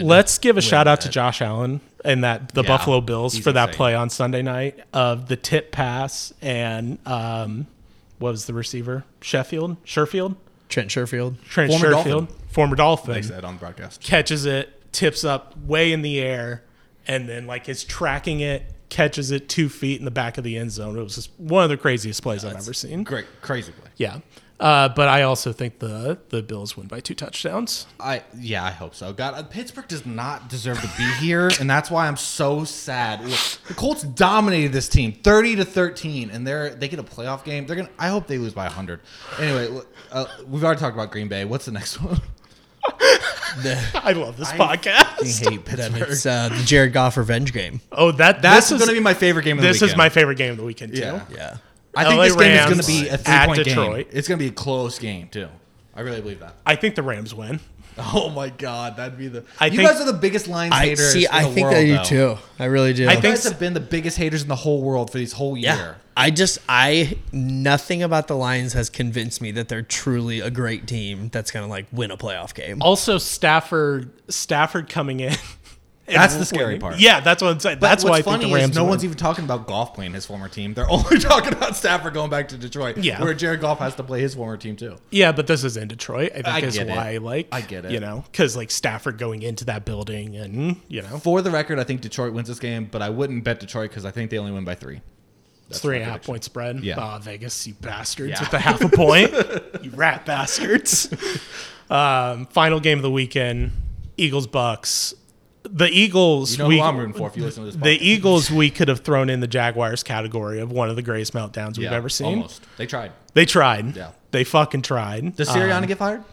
Speaker 2: should.
Speaker 1: Let's give a shout out to Josh Allen and that the
Speaker 3: Yeah,
Speaker 1: Buffalo Bills
Speaker 3: he's
Speaker 1: for that
Speaker 3: insane.
Speaker 1: play on Sunday night of the tip pass and um, what was the receiver? Sheffield, Sherfield,
Speaker 2: Trent Sherfield.
Speaker 1: Trent
Speaker 3: Former
Speaker 1: Sherfield,
Speaker 3: Dolphin.
Speaker 1: former Dolphin,
Speaker 3: They said on the broadcast.
Speaker 1: catches it, tips up way in the air, and then like is tracking it, catches it two feet in the back of the end zone. It was just one of the craziest plays I've ever seen.
Speaker 3: Great, crazy play.
Speaker 1: Yeah. Uh, but I also think the the Bills win by two touchdowns.
Speaker 3: I yeah, I hope so. God, uh, Pittsburgh does not deserve to be here, and that's why I'm so sad. Look, The Colts dominated this team, 30 to 13, and they're they get a playoff game. They're gonna. I hope they lose by 100. Anyway, look, uh, we've already talked about Green Bay. What's the next one?
Speaker 1: I love this
Speaker 3: I
Speaker 1: podcast.
Speaker 3: hate
Speaker 2: Then
Speaker 3: Pittsburgh.
Speaker 2: it's uh, the Jared Goff revenge game.
Speaker 1: Oh, that
Speaker 3: That's
Speaker 1: this
Speaker 3: going to
Speaker 1: is,
Speaker 3: be my favorite game of the
Speaker 1: this is
Speaker 3: weekend.
Speaker 1: my favorite game of the weekend too.
Speaker 3: Yeah.
Speaker 2: Yeah.
Speaker 3: I think
Speaker 1: LA
Speaker 3: this game
Speaker 1: Rams
Speaker 3: is going to be a
Speaker 1: at
Speaker 3: three-point game.
Speaker 1: Detroit.
Speaker 3: It's going to be a close game too. I really believe that.
Speaker 1: I think the Rams win.
Speaker 3: Oh my god, that'd be the.
Speaker 1: I
Speaker 3: you
Speaker 1: think-
Speaker 3: guys are the biggest Lions
Speaker 2: I
Speaker 3: haters
Speaker 2: see.
Speaker 3: in
Speaker 2: I
Speaker 3: the
Speaker 2: think
Speaker 3: world.
Speaker 2: they do
Speaker 3: though.
Speaker 2: too. I really do.
Speaker 1: I
Speaker 3: You
Speaker 1: think-
Speaker 3: guys have been the biggest haters in the whole world for this whole year.
Speaker 2: Yeah. I just I nothing about the Lions has convinced me that they're truly a great team that's gonna like win a playoff game.
Speaker 1: Also, Stafford Stafford coming in. and
Speaker 3: That's the scary
Speaker 1: winning.
Speaker 3: part.
Speaker 1: Yeah, that's what I'm saying.
Speaker 3: But
Speaker 1: that's why
Speaker 3: what's
Speaker 1: I think the
Speaker 3: funny
Speaker 1: Rams.
Speaker 3: is no
Speaker 1: win.
Speaker 3: one's even talking about golf playing his former team. They're only talking about Stafford going back to Detroit.
Speaker 1: Yeah.
Speaker 3: where Jared Goff has to play his former team too.
Speaker 1: yeah, but this is in Detroit. I think
Speaker 3: I
Speaker 1: is
Speaker 3: get it.
Speaker 1: why like
Speaker 3: I get it.
Speaker 1: You know, because like Stafford going into that building and you know
Speaker 3: For the record, I think Detroit wins this game, but I wouldn't bet Detroit because I think they only win by three.
Speaker 1: it's three and a
Speaker 3: my
Speaker 1: half point spread.
Speaker 3: Yeah.
Speaker 1: Aw, Vegas, you bastards
Speaker 3: Yeah.
Speaker 1: with the half a point. you rat bastards. Um, final game of the weekend, Eagles Bucks. the Eagles.
Speaker 3: You know
Speaker 1: we,
Speaker 3: who I'm rooting for if you listen to this podcast.
Speaker 1: the Eagles, we could have thrown in the Jaguars category of one of the greatest meltdowns we've
Speaker 3: Yeah,
Speaker 1: ever seen.
Speaker 3: Almost. They tried.
Speaker 1: They tried.
Speaker 3: Yeah.
Speaker 1: They fucking tried.
Speaker 3: Does
Speaker 1: Um,
Speaker 3: Sirianni get fired?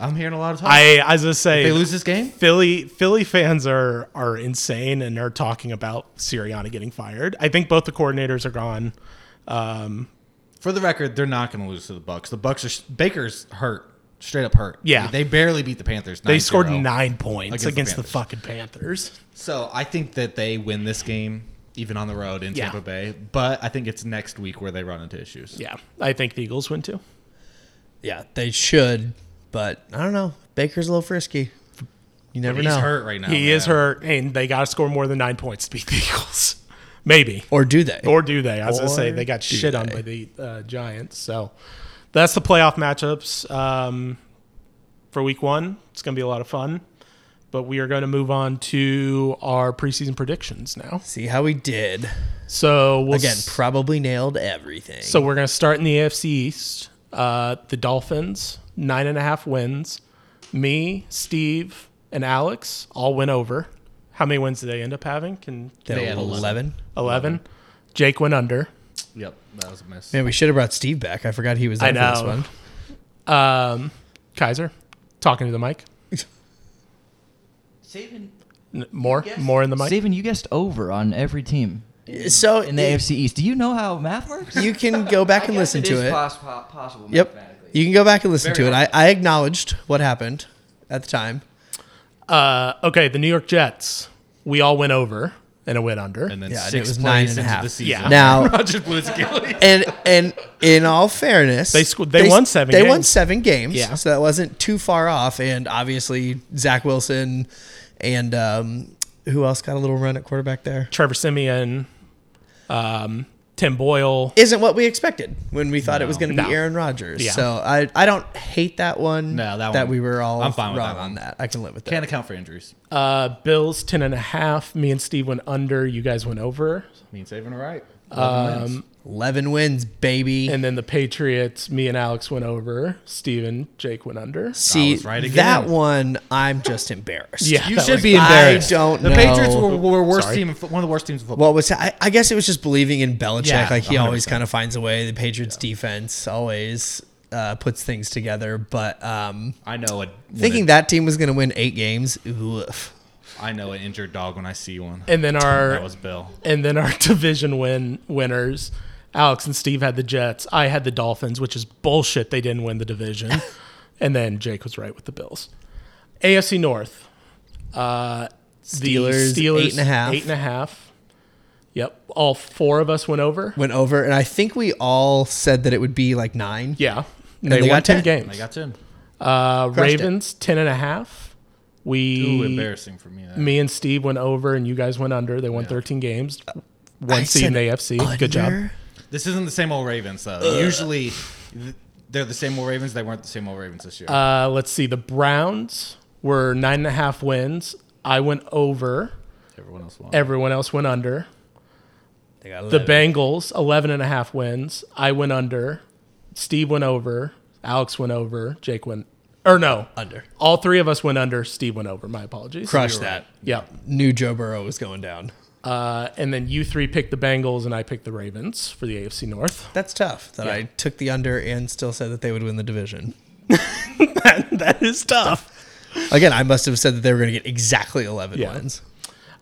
Speaker 3: I'm hearing a lot of talk.
Speaker 1: I I was gonna say
Speaker 3: they lose this game?
Speaker 1: Philly Philly fans are are insane and are talking about Sirianni getting fired. I think both the coordinators are gone. Um,
Speaker 3: For the record, they're not going to lose to the Bucks. The Bucks are Baker's hurt, straight up hurt.
Speaker 1: Yeah.
Speaker 3: they barely beat the Panthers.
Speaker 1: they scored
Speaker 3: 9-0.
Speaker 1: nine points
Speaker 3: Against the
Speaker 1: against, the,
Speaker 3: Panthers.
Speaker 1: fucking Panthers.
Speaker 3: So I think that they win this game, even on the road in
Speaker 1: Yeah.
Speaker 3: Tampa Bay. But I think it's next week where they run into issues.
Speaker 1: Yeah, I think the Eagles win too.
Speaker 2: Yeah, they should, but I don't know. Baker's a little frisky. You never
Speaker 3: He's
Speaker 2: know.
Speaker 3: hurt right now.
Speaker 1: he is
Speaker 3: Oh, man.
Speaker 1: hurt, and they got to score more than nine points to beat the Eagles. Maybe
Speaker 2: Or do they?
Speaker 1: or do they? I was gonna say
Speaker 2: Or
Speaker 1: they got
Speaker 2: do
Speaker 1: shit on
Speaker 2: they?
Speaker 1: by the uh, Giants. So that's the playoff matchups um, for Week One. It's gonna be a lot of fun. But we are going to move on to our preseason predictions now.
Speaker 2: see how we did.
Speaker 1: So we'll
Speaker 2: Again,
Speaker 1: s-
Speaker 2: probably nailed everything.
Speaker 1: so we're going to start in the AFC East. Uh, the Dolphins nine and a half wins. Me, Steve, and Alex all went over. How many wins did they end up having? Can
Speaker 2: they,
Speaker 3: they
Speaker 2: had
Speaker 3: had
Speaker 2: 11.
Speaker 1: 11. Jake went under.
Speaker 3: Yep, that was a miss.
Speaker 2: Man, we should have brought Steve back. I forgot he was
Speaker 1: I
Speaker 2: on for this
Speaker 1: know.
Speaker 2: one.
Speaker 1: Um, Kaiser, talking to the mic.
Speaker 4: Saban,
Speaker 1: N- More,
Speaker 4: Yes.
Speaker 1: more in the mic.
Speaker 6: Steven, you guessed over on every team
Speaker 2: So
Speaker 6: in the AFC East. Do you know how math works?
Speaker 2: you can go back and
Speaker 4: I guess
Speaker 2: listen
Speaker 4: it
Speaker 2: to
Speaker 4: is
Speaker 2: it.
Speaker 4: Pos- po- possible
Speaker 2: Yep.
Speaker 4: mathematically.
Speaker 2: You can go back and listen
Speaker 3: Very
Speaker 2: to it. I,
Speaker 3: possible.
Speaker 2: I acknowledged what happened at the time.
Speaker 1: Uh, okay, the New York Jets. We all went over and it went under.
Speaker 3: And then
Speaker 2: Yeah, and
Speaker 3: six
Speaker 2: it was
Speaker 3: plays
Speaker 2: nine and a
Speaker 3: into
Speaker 2: half.
Speaker 3: the season.
Speaker 1: Yeah.
Speaker 2: Now,
Speaker 3: Roger blew his Achilles.
Speaker 2: and and in all fairness,
Speaker 1: They squ- they won seven
Speaker 2: They won
Speaker 1: games.
Speaker 2: seven games.
Speaker 1: Yeah.
Speaker 2: so that wasn't too far off. And obviously, Zach Wilson and um, who else got a little run at quarterback there?
Speaker 1: Trevor Simeon, um, Tim Boyle.
Speaker 2: Isn't what we expected when we thought it was going to be
Speaker 1: No.
Speaker 2: Aaron Rodgers.
Speaker 1: Yeah.
Speaker 2: So I I don't hate that one.
Speaker 3: No, that one-
Speaker 2: we were all
Speaker 3: I'm fine with
Speaker 2: wrong
Speaker 3: that
Speaker 2: on
Speaker 3: one.
Speaker 2: that. I can live with that.
Speaker 3: Can't account for injuries.
Speaker 1: Uh, Bills, 10 and a half. Me and Steve went under. You guys went over.
Speaker 3: Me and Saban are right.
Speaker 1: Um,
Speaker 2: Eleven wins, baby.
Speaker 1: and then the Patriots, me and Alex went over. Steve and Jake went under.
Speaker 2: See
Speaker 3: was right
Speaker 2: that
Speaker 3: again.
Speaker 2: one, I'm just embarrassed.
Speaker 1: Yeah.
Speaker 3: you
Speaker 1: that
Speaker 3: should
Speaker 1: was-
Speaker 3: be embarrassed.
Speaker 2: I don't
Speaker 3: the
Speaker 2: know.
Speaker 3: Patriots were, were worst
Speaker 1: Sorry.
Speaker 3: team, in fo- one of the worst teams in football.
Speaker 2: What was I, I guess it was just believing in Belichick.
Speaker 3: Yeah,
Speaker 2: like he always
Speaker 3: 100%.
Speaker 2: kind of finds a way. The Patriots defense always uh, puts things together. But um,
Speaker 3: I know it.
Speaker 2: thinking that team was going to win eight games, oof.
Speaker 3: I know an injured dog when I see one.
Speaker 1: And then our
Speaker 3: that was Bill.
Speaker 1: and then our division win winners. Alex and Steve had the Jets. I had the Dolphins, which is bullshit. They didn't win the division. and then Jake was right with the Bills. AFC North. Uh, the
Speaker 2: Steelers,
Speaker 1: Steelers
Speaker 2: eight and a half.
Speaker 1: Eight and a half. Yep. All four of us went over.
Speaker 2: went over, and I think we all said that it would be like nine.
Speaker 1: Yeah.
Speaker 2: And
Speaker 1: they,
Speaker 2: they
Speaker 1: won
Speaker 2: got
Speaker 1: 10
Speaker 2: 10.
Speaker 1: games.
Speaker 3: I got ten.
Speaker 1: uh,
Speaker 2: crushed it.
Speaker 1: Ravens, ten and a half.
Speaker 3: Ooh,
Speaker 1: We,
Speaker 3: embarrassing for me. that.
Speaker 1: me and Steve went over, and you guys went under. They won 13 games. One
Speaker 2: I
Speaker 1: seed in
Speaker 2: said
Speaker 1: the AFC. Good job.
Speaker 2: Uh, Under?
Speaker 3: This isn't the same old Ravens though.
Speaker 2: Uh,
Speaker 3: Usually, th- they're the same old Ravens. They weren't the same old Ravens this year.
Speaker 1: Uh, let's see. The Browns were nine and a half wins. I went over.
Speaker 3: Everyone else won.
Speaker 1: Everyone else went under.
Speaker 2: They got
Speaker 1: The
Speaker 2: 11.
Speaker 1: Bengals, 11 and a half wins. I went under. Steve went over. Alex went over. Jake went, or no.
Speaker 2: under
Speaker 1: All three of us went under. Steve went over. My apologies.
Speaker 2: crushed
Speaker 3: right.
Speaker 2: that.
Speaker 1: Yep.
Speaker 2: New Joe Burrow was going down.
Speaker 1: Uh, and then you three picked the Bengals, and I picked the Ravens for the AFC North.
Speaker 2: That's tough. That I took the under and still said that they would win the division.
Speaker 1: that is tough.
Speaker 2: Again, I must have said that they were going to get exactly 11
Speaker 1: Yeah.
Speaker 2: wins.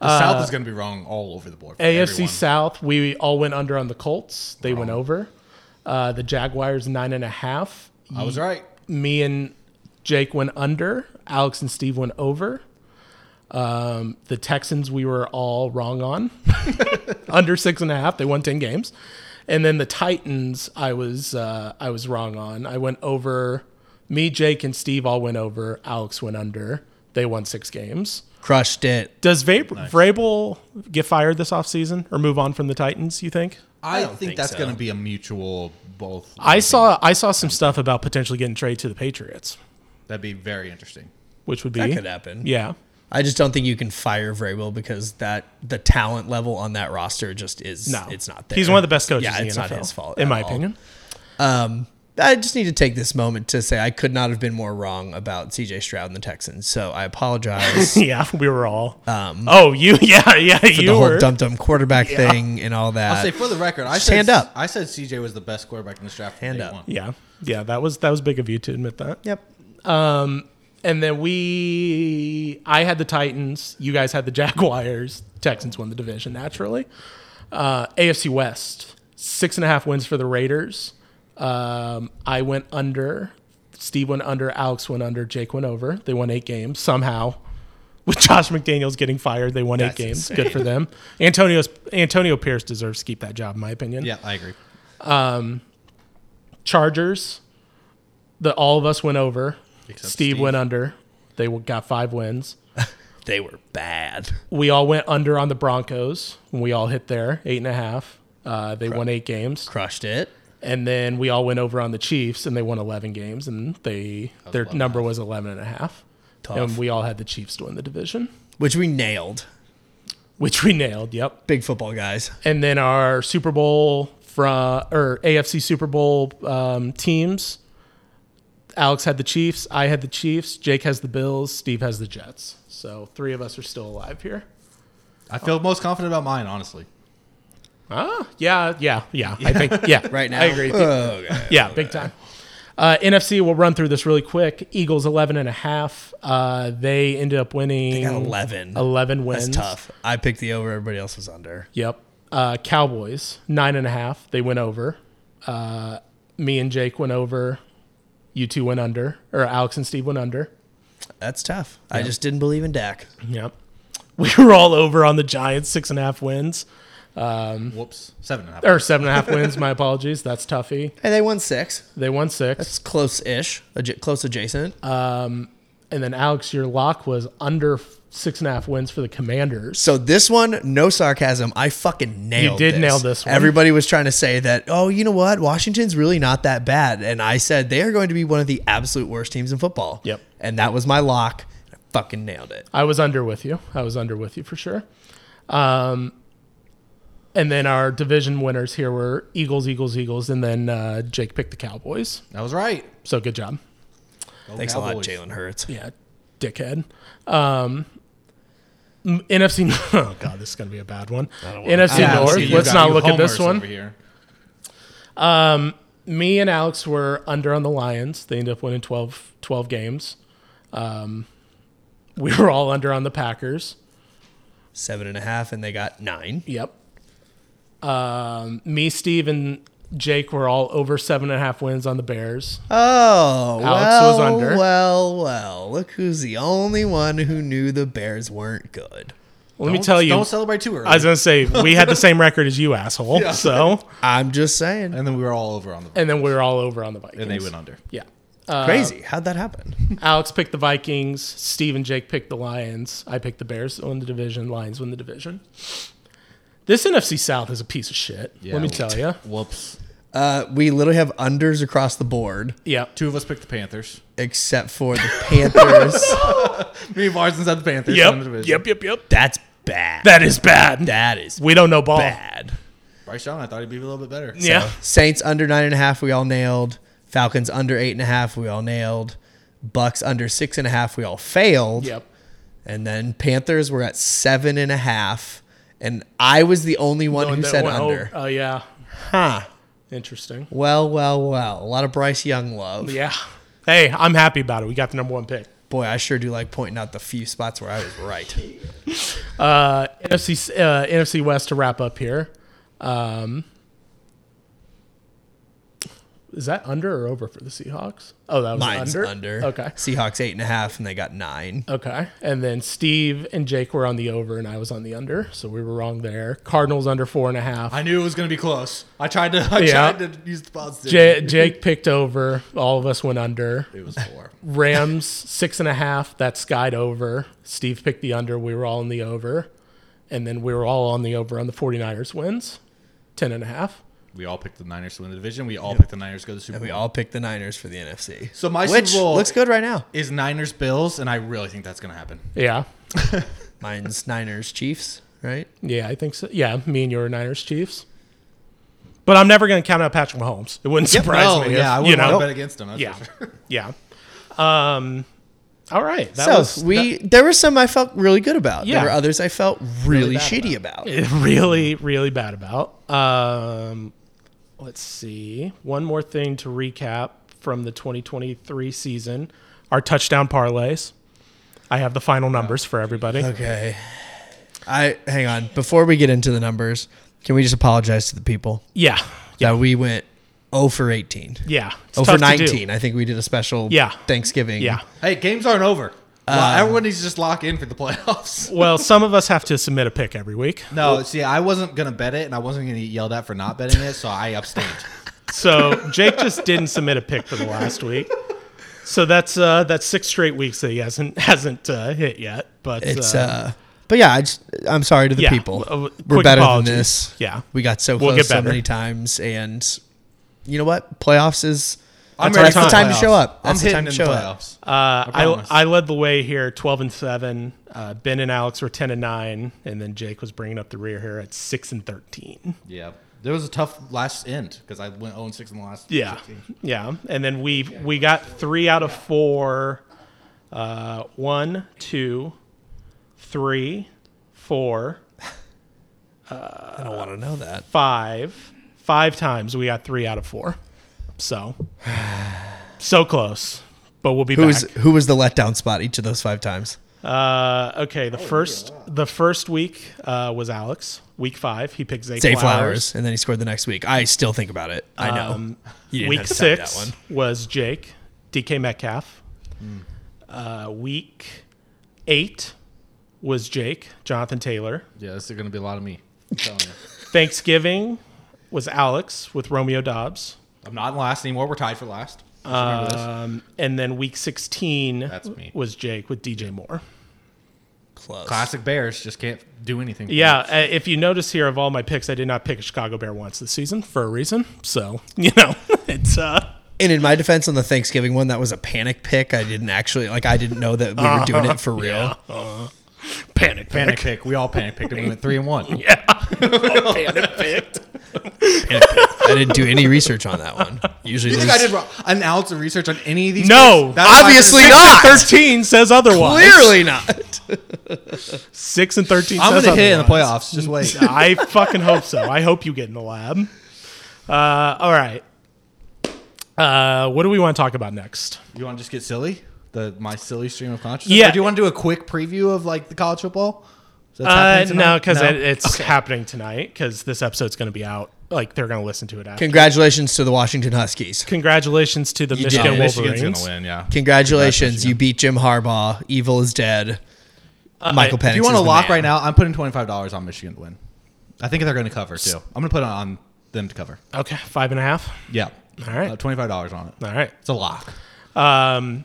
Speaker 3: the South is going to be wrong all over the board. for
Speaker 1: AFC
Speaker 3: everyone.
Speaker 1: South, we all went under on the Colts. They went over. Uh, the Jaguars, nine and a half.
Speaker 3: I was right.
Speaker 1: me and Jake went under. Alex and Steve went over. Um, the Texans we were all wrong on, under six and a half. They won ten games, and then the Titans I was uh, I was wrong on. I went over. Me, Jake, and Steve all went over. Alex went under. They won six games.
Speaker 2: Crushed it.
Speaker 1: Does Va- Vrabel get fired this offseason or move on from the Titans? You think?
Speaker 3: I,
Speaker 2: don't
Speaker 3: think,
Speaker 2: think
Speaker 3: that's
Speaker 2: so.
Speaker 3: going to be a mutual both.
Speaker 1: I saw I saw some stuff about potentially getting traded to the Patriots,
Speaker 3: that'd be very interesting.
Speaker 1: which would be
Speaker 2: That could happen.
Speaker 1: yeah.
Speaker 2: I just don't think you can fire Vrabel because that the talent level on that roster just is
Speaker 1: No,
Speaker 2: it's not there.
Speaker 1: He's one of the best coaches.
Speaker 2: Yeah,
Speaker 1: in the
Speaker 2: it's
Speaker 1: NFL,
Speaker 2: not his fault,
Speaker 1: in
Speaker 2: at
Speaker 1: my
Speaker 2: all.
Speaker 1: opinion.
Speaker 2: Um, I just need to take this moment to say I could not have been more wrong about CJ Stroud and the Texans. So I apologize
Speaker 1: yeah, we were all. oh, you? Yeah, yeah,
Speaker 2: Um, for
Speaker 1: you
Speaker 2: the whole
Speaker 1: were.
Speaker 2: dum dum quarterback thing and all that.
Speaker 3: I'll say for the record, I
Speaker 2: Uh, just
Speaker 3: said,
Speaker 2: hand up.
Speaker 3: I said CJ was the best quarterback in the draft. from
Speaker 2: Hand
Speaker 3: day
Speaker 2: up.
Speaker 3: one.
Speaker 1: Yeah, yeah, that was that was big of you to admit that.
Speaker 2: yep.
Speaker 1: Um, and then we, I had the Titans. You guys had the Jaguars. Texans won the division naturally. Uh, AFC West six and a half wins for the Raiders. Um, I went under. Steve went under. Alex went under. Jake went over. They won eight games somehow. With Josh McDaniels getting fired, they won
Speaker 2: That's
Speaker 1: eight games.
Speaker 2: insane.
Speaker 1: Good for them. Antonio's Antonio Pierce deserves to keep that job, in my opinion.
Speaker 3: Yeah, I agree.
Speaker 1: Chargers, that all of us went over.
Speaker 3: Except
Speaker 1: Steve,
Speaker 3: Steve.
Speaker 1: went under. They w- got five wins.
Speaker 2: They were bad.
Speaker 1: We all went under on the Broncos. when We all hit there, eight and a half. Uh, they won eight games,
Speaker 2: Crushed it.
Speaker 1: and then we all went over on the Chiefs, and they won eleven games, and they their number was eleven and a half.
Speaker 2: Tough.
Speaker 1: And we all had the Chiefs to win the division,
Speaker 2: Which we nailed.
Speaker 1: which we nailed. Yep.
Speaker 2: Big football guys.
Speaker 1: and then our Super Bowl from or AFC Super Bowl um, teams. Alex had the Chiefs. I had the Chiefs. Jake has the Bills. Steve has the Jets. So three of us are still alive here.
Speaker 3: I feel most confident about mine, honestly.
Speaker 1: Ah, yeah, yeah, yeah. I think yeah.
Speaker 2: Right now.
Speaker 1: I agree.
Speaker 2: Oh, God.
Speaker 1: yeah, big time. Uh, NFC, we'll run through this really quick. Eagles 11 and a half. Uh, they ended up winning
Speaker 2: got 11.
Speaker 1: 11 wins.
Speaker 2: That's tough. I picked the over. Everybody else was under.
Speaker 1: Yep. Uh, Cowboys, nine and a half. They went over. Uh, me and Jake went over. You two went under, or Alex and Steve went under.
Speaker 2: That's tough. I just didn't believe in Dak.
Speaker 1: Yep. We were all over on the Giants, six and a half wins,
Speaker 3: Whoops, seven and a half.
Speaker 1: or seven and a half wins. My apologies. That's toughy.
Speaker 2: Hey, they won six.
Speaker 1: They won six.
Speaker 2: It's close-ish, adj- close adjacent.
Speaker 1: Uh, And then Alex, your lock was under f- six and a half wins for the Commanders.
Speaker 2: so this one, no sarcasm. I fucking nailed.
Speaker 1: did
Speaker 2: this.
Speaker 1: nail this one.
Speaker 2: Everybody was trying to say that. Oh, you know what? Washington's really not that bad. And I said they are going to be one of the absolute worst teams in football.
Speaker 1: Yep.
Speaker 2: And that was my lock. I fucking nailed it.
Speaker 1: I was under with you. I was under with you for sure. Um, and then our division winners here were Eagles, Eagles, Eagles, and then uh, Jake picked the Cowboys.
Speaker 3: I was right.
Speaker 1: So good job.
Speaker 3: Go
Speaker 2: Thanks a lot,
Speaker 3: Cowboys.
Speaker 2: Jalen Hurts.
Speaker 1: Yeah, dickhead. Um, m- NFC. Oh god, this is gonna be a bad one. NFC
Speaker 2: Yeah,
Speaker 1: North.
Speaker 2: see, you
Speaker 1: Let's not
Speaker 3: got you
Speaker 1: look at this
Speaker 3: homers Over
Speaker 1: one.
Speaker 3: here.
Speaker 1: Me and Alex were under on the Lions. They ended up winning 12, 12 games. Um, we were all under on the Packers.
Speaker 2: Seven and a half, and they got nine.
Speaker 1: Yep. Um, me, Steve, and Jake were all over seven and a half wins on the Bears.
Speaker 2: Oh,
Speaker 1: Alex was
Speaker 2: well,
Speaker 1: under.
Speaker 2: Well, well, look who's the only one who knew the Bears weren't good.
Speaker 1: Let me
Speaker 3: Don't-
Speaker 1: tell you.
Speaker 3: Don't celebrate too early.
Speaker 1: I was gonna say we had the same record as you, asshole. So,
Speaker 2: I'm just saying,
Speaker 1: Uh,
Speaker 3: and then we were all over on the
Speaker 1: and then we were all over on the Vikings.
Speaker 3: and they went under.
Speaker 1: Yeah. Um,
Speaker 2: crazy. How'd that happen?
Speaker 1: Alex picked the Vikings. Steve and Jake picked the Lions. I picked the Bears to win the division. Lions win the division. This NFC South is a piece of shit.
Speaker 3: Yeah.
Speaker 1: Let me tell you.
Speaker 3: Whoops.
Speaker 2: Uh, we literally have unders across the board,
Speaker 1: Yeah.
Speaker 3: Two of us picked the Panthers.
Speaker 2: except for the Panthers.
Speaker 3: Me and Varson's had the Panthers. won
Speaker 1: Yep.
Speaker 3: the division.
Speaker 1: Yep. Yep. Yep.
Speaker 2: That's bad.
Speaker 1: That is bad.
Speaker 2: that is
Speaker 1: We don't know ball.
Speaker 2: bad.
Speaker 3: Bryce Young, I thought he'd be a little bit better.
Speaker 1: Yeah.
Speaker 2: Saints under nine and a half, we all nailed. Falcons under eight and a half, we all nailed. Bucks under six and a half, we all failed.
Speaker 1: Yep.
Speaker 2: And then Panthers were at seven and a half. And I was the only one who
Speaker 1: That
Speaker 2: said
Speaker 1: went- oh,
Speaker 2: under.
Speaker 1: Oh, yeah.
Speaker 2: Huh.
Speaker 1: Interesting.
Speaker 2: Well, well, well. A lot of Bryce Young love.
Speaker 1: Yeah. Hey, I'm happy about it. We got the number one pick.
Speaker 2: Boy, I sure do like pointing out the few spots where I was right.
Speaker 1: Uh, NFC uh, NFC West to wrap up here. Um, is that under or over for the Seahawks? Oh, that was
Speaker 2: Mine's
Speaker 1: under.
Speaker 2: under.
Speaker 1: Okay.
Speaker 2: Seahawks eight and a half, and they got nine.
Speaker 1: Okay. And then Steve and Jake were on the over, and I was on the under, so we were wrong there. Cardinals under four and a half.
Speaker 3: I knew it was going to be close. I tried to. I
Speaker 1: Yeah.
Speaker 3: tried to use the positive.
Speaker 1: J- Jake picked over. All of us went under.
Speaker 3: it was four.
Speaker 1: Rams six and a half. That skied over. Steve picked the under. We were all in the over. And then we were all on the over on the 49ers wins. Ten and a half.
Speaker 3: We all picked the Niners to win the division. We all picked the Niners to go to the Super
Speaker 2: And we
Speaker 3: Bowl.
Speaker 2: all picked the Niners for the NFC.
Speaker 3: So my
Speaker 2: Which
Speaker 3: Super Bowl
Speaker 2: looks good right now.
Speaker 3: is Niners Bills, and I really think that's going to happen.
Speaker 1: Yeah.
Speaker 2: Mine's Niners Chiefs, right?
Speaker 1: Yeah, I think so. Yeah, me and your Niners Chiefs. But I'm never going to count out Patrick Mahomes. It wouldn't surprise
Speaker 3: Oh,
Speaker 1: me. if,
Speaker 3: yeah, I wouldn't
Speaker 1: you know,
Speaker 3: want to bet against him. That's
Speaker 1: yeah,
Speaker 3: for sure.
Speaker 1: yeah. Um, all right. That
Speaker 2: so
Speaker 1: was
Speaker 2: we there were some I felt really good about.
Speaker 1: Yeah.
Speaker 2: There were others I felt really,
Speaker 1: bad
Speaker 2: shitty about.
Speaker 1: really, really bad about. Um, let's see. One more thing to recap from the 2023 season: our touchdown parlays. I have the final numbers for everybody.
Speaker 2: Okay. I hang on before we get into the numbers. Can we just apologize to the people
Speaker 1: Yeah,
Speaker 2: that we went 0 for 18,
Speaker 1: yeah. It's
Speaker 3: Oh,
Speaker 2: 0 for
Speaker 1: tough to do.
Speaker 2: 19? I think we did a special
Speaker 1: Yeah.
Speaker 2: Thanksgiving.
Speaker 1: Yeah.
Speaker 3: Hey, games aren't over. Well, everyone needs to just lock in for the playoffs.
Speaker 1: Well, some of us have to submit a pick every week.
Speaker 3: No, see, I wasn't gonna bet it, and I wasn't gonna get yelled at for not betting it, so I abstained.
Speaker 1: So Jake just didn't submit a pick for the last week. So that's uh, that's six straight weeks that he hasn't hasn't uh, hit yet. But
Speaker 2: It's uh, but yeah, I just, I'm sorry to the
Speaker 1: yeah,
Speaker 2: people.
Speaker 1: uh,
Speaker 2: We're
Speaker 1: quick
Speaker 2: better
Speaker 1: apologies.
Speaker 2: than this.
Speaker 1: Yeah.
Speaker 2: We got so
Speaker 1: We'll
Speaker 2: close
Speaker 1: get
Speaker 2: so
Speaker 1: better.
Speaker 2: many times and you know what? Playoffs is
Speaker 3: I'm
Speaker 2: that's, that's
Speaker 3: ready
Speaker 2: the
Speaker 3: for
Speaker 2: time to
Speaker 3: playoffs.
Speaker 2: show up.
Speaker 3: I'm
Speaker 2: That's the
Speaker 3: hitting
Speaker 2: time
Speaker 3: in
Speaker 2: to
Speaker 3: the
Speaker 2: show up.
Speaker 3: playoffs.
Speaker 1: Uh, I,
Speaker 3: promise.
Speaker 1: I led the way here, twelve and seven. Uh, ben and Alex were ten and nine, and then Jake was bringing up the rear here at six and thirteen.
Speaker 3: Yeah, there was a tough last end because I went 0 6 in the last.
Speaker 1: Yeah,
Speaker 3: 16.
Speaker 1: yeah. And then we we got three out of four. Uh, one, two, three, four,
Speaker 2: I don't want to know that.
Speaker 1: five, five times. We got three out of four. So, so close. But we'll be
Speaker 2: Who
Speaker 1: back.
Speaker 2: was who was the letdown spot each of those five times?
Speaker 1: Uh, okay, the first the first week uh, was Alex. Week five, he picked Zay,
Speaker 2: Zay
Speaker 1: Flowers.
Speaker 2: Flowers, and then he scored the next week. I still think about it. I know.
Speaker 1: Um,
Speaker 2: You didn't
Speaker 1: week
Speaker 2: have to tell me
Speaker 1: six
Speaker 2: that
Speaker 1: was Jake, DK Metcalf. Uh, week eight was Jake, Jonathan Taylor.
Speaker 3: Yeah, this is gonna be a lot of me. I'm telling you.
Speaker 1: Thanksgiving was Alex with Romeo Dobbs.
Speaker 3: I'm not in last anymore. We're tied for last.
Speaker 2: Uh,
Speaker 3: Just remember this.
Speaker 1: Um, and then week 16
Speaker 3: That's me.
Speaker 1: was Jake with DJ Moore.
Speaker 2: Close.
Speaker 3: Classic Bears just can't do anything. for
Speaker 1: Yeah,
Speaker 3: them.
Speaker 1: uh, if you notice here, of all my picks, I did not pick a Chicago Bear once this season for a reason. So you know, it's uh,
Speaker 2: And in my defense on the Thanksgiving one, that was a panic pick. I didn't actually like. I didn't know that we were doing it for real.
Speaker 1: panic,
Speaker 3: panic
Speaker 1: panic,
Speaker 3: pick. We all panic picked and we went three and one. Oh.
Speaker 1: panic picked.
Speaker 2: I didn't do any research on that one. Usually,
Speaker 3: You think I
Speaker 2: lose-
Speaker 3: did wrong- an ounce of research on any of these?
Speaker 1: No,
Speaker 3: picks? That's why I
Speaker 2: obviously
Speaker 3: was-
Speaker 2: not.
Speaker 1: Thirteen says otherwise.
Speaker 2: clearly not.
Speaker 1: Six and thirteen.
Speaker 3: I'm
Speaker 1: says
Speaker 3: gonna hit it in the
Speaker 1: otherwise.
Speaker 3: playoffs. Just wait.
Speaker 1: I fucking hope so. I hope you get in the lab. Uh, all right. Uh, what do we want to talk about next?
Speaker 3: You want to just get silly? The my silly stream of consciousness.
Speaker 1: Yeah.
Speaker 3: Or do you want to do a quick preview of like the college football? That's
Speaker 1: Uh,
Speaker 3: happening
Speaker 1: no,
Speaker 3: tonight?
Speaker 1: because it, it's happening tonight. Because this episode's going to be out. Like they're going to listen to it after.
Speaker 2: Congratulations to the Washington Huskies.
Speaker 1: Congratulations to the
Speaker 2: You did
Speaker 1: Michigan
Speaker 2: it.
Speaker 1: Wolverines.
Speaker 3: win. Yeah.
Speaker 2: Congratulations, you beat Jim Harbaugh. Evil is dead.
Speaker 1: Uh,
Speaker 2: Michael Penix.
Speaker 3: Do you want
Speaker 2: is
Speaker 3: to
Speaker 2: the
Speaker 3: lock
Speaker 2: man.
Speaker 3: right now? I'm putting twenty five dollars on Michigan to win. I think they're going to cover too. I'm going to put it on them to cover.
Speaker 1: Okay, five and a half.
Speaker 3: Yeah.
Speaker 1: All right.
Speaker 3: Uh, twenty five dollars on it.
Speaker 1: All right.
Speaker 3: It's a lock.
Speaker 1: Um,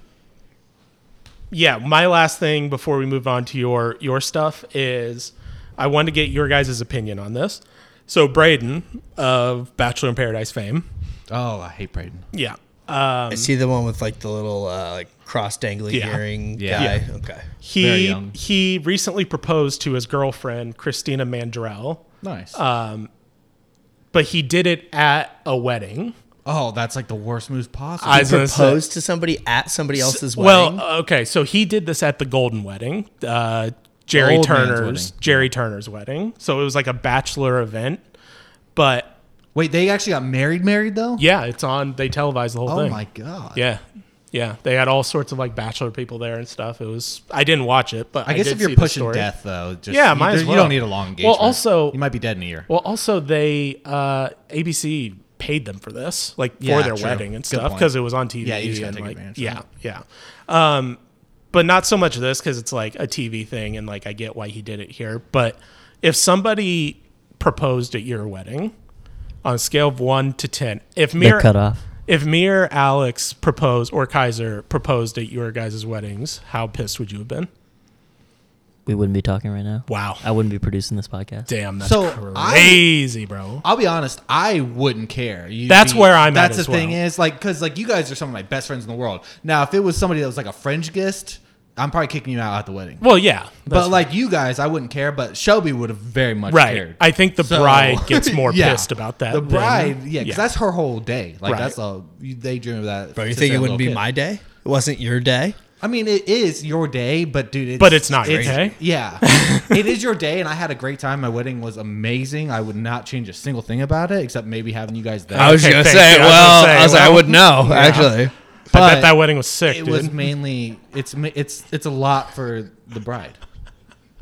Speaker 1: yeah, my last thing before we move on to your your stuff is I want to get your guys' opinion on this. So Braden of Bachelor in Paradise fame,
Speaker 3: Oh, I hate Braden.
Speaker 1: yeah, um,
Speaker 2: Is he the one with like the little uh, like cross dangly
Speaker 1: Yeah.
Speaker 2: earring
Speaker 3: Yeah.
Speaker 2: guy? Okay.
Speaker 3: Very
Speaker 1: he
Speaker 3: young.
Speaker 1: he recently proposed to his girlfriend Christina Mandrell,
Speaker 3: Nice.
Speaker 1: Uh, but he did it at a wedding.
Speaker 3: oh, that's like the worst move possible.
Speaker 1: I was gonna say-
Speaker 2: Proposed to somebody at somebody else's wedding.
Speaker 1: Well, uh, okay, so he did this at the Golden Wedding, uh, Jerry
Speaker 3: old man's
Speaker 1: Turner's
Speaker 3: wedding.
Speaker 1: Jerry Turner's wedding. So it was like a bachelor event, but
Speaker 3: Wait, they actually got married. Married though.
Speaker 1: Yeah, it's on. They televised the whole
Speaker 3: Oh
Speaker 1: thing.
Speaker 3: my god.
Speaker 1: Yeah, yeah. They had all sorts of like bachelor people there and stuff. It was. I didn't watch it, but I,
Speaker 3: I guess
Speaker 1: did
Speaker 3: if you're
Speaker 1: see the
Speaker 3: pushing
Speaker 1: story.
Speaker 3: death though, just,
Speaker 1: Yeah,
Speaker 3: you,
Speaker 1: might as
Speaker 3: there-
Speaker 1: well.
Speaker 3: You don't need a
Speaker 1: Well,
Speaker 3: long engagement.
Speaker 1: also-
Speaker 3: you might be dead in a year.
Speaker 1: Well, also they uh, ABC paid them for this, like
Speaker 3: Yeah,
Speaker 1: for their
Speaker 3: true.
Speaker 1: wedding and
Speaker 3: Good
Speaker 1: stuff,
Speaker 3: point.
Speaker 1: because it was on TV.
Speaker 3: Yeah, you just gotta
Speaker 1: and,
Speaker 3: take
Speaker 1: like,
Speaker 3: advantage of
Speaker 1: Yeah, yeah. Um, but not so much this because it's like a TV thing, and like I get why he did it here. But if somebody proposed at your wedding, on a scale of one to ten, if me
Speaker 5: They're
Speaker 1: or-
Speaker 5: cut off.
Speaker 1: If me or Alex proposed or Kaiser proposed at your guys' weddings, how pissed would you have been?
Speaker 5: We wouldn't be talking right now.
Speaker 1: Wow.
Speaker 5: I wouldn't be producing this podcast.
Speaker 1: Damn, that's
Speaker 3: Uh, So, I-
Speaker 1: crazy, bro.
Speaker 3: I'll be honest, I wouldn't care. You'd
Speaker 1: That's
Speaker 3: be-
Speaker 1: where I'm at
Speaker 3: That's
Speaker 1: as
Speaker 3: the thing
Speaker 1: well.
Speaker 3: is like because like you guys are some of my best friends in the world. Now, if it was somebody that was like a fringe guest, I'm probably kicking you out at the wedding.
Speaker 1: Well, yeah,
Speaker 3: but like you guys, I wouldn't care. But Shelby would have very much
Speaker 1: Right.
Speaker 3: cared.
Speaker 1: I think the bride gets more
Speaker 3: yeah.
Speaker 1: pissed about that
Speaker 3: The
Speaker 1: than-
Speaker 3: bride, yeah, because
Speaker 1: yeah.
Speaker 3: that's her whole day. Like
Speaker 1: Right.
Speaker 3: that's all you, they dream of that.
Speaker 2: Bro, you
Speaker 3: since
Speaker 2: think
Speaker 3: they're
Speaker 2: it wouldn't
Speaker 3: little
Speaker 2: be
Speaker 3: kids.
Speaker 2: my day? It wasn't your day?
Speaker 3: I mean, it is your day, but dude, it's,
Speaker 1: But it's not your day.
Speaker 3: Yeah, it is your day, and I had a great time. My wedding was amazing. I would not change a single thing about it, except maybe having you guys there.
Speaker 2: I was
Speaker 1: Okay,
Speaker 2: gonna
Speaker 1: thank
Speaker 2: say,
Speaker 1: you. I was
Speaker 2: well,
Speaker 1: gonna say,
Speaker 2: I was like, I
Speaker 1: well,
Speaker 2: wouldn't know actually.
Speaker 1: I
Speaker 3: but
Speaker 1: bet that wedding was sick,
Speaker 3: it
Speaker 1: dude.
Speaker 3: was mainly it's ma- it's it's a lot for the bride.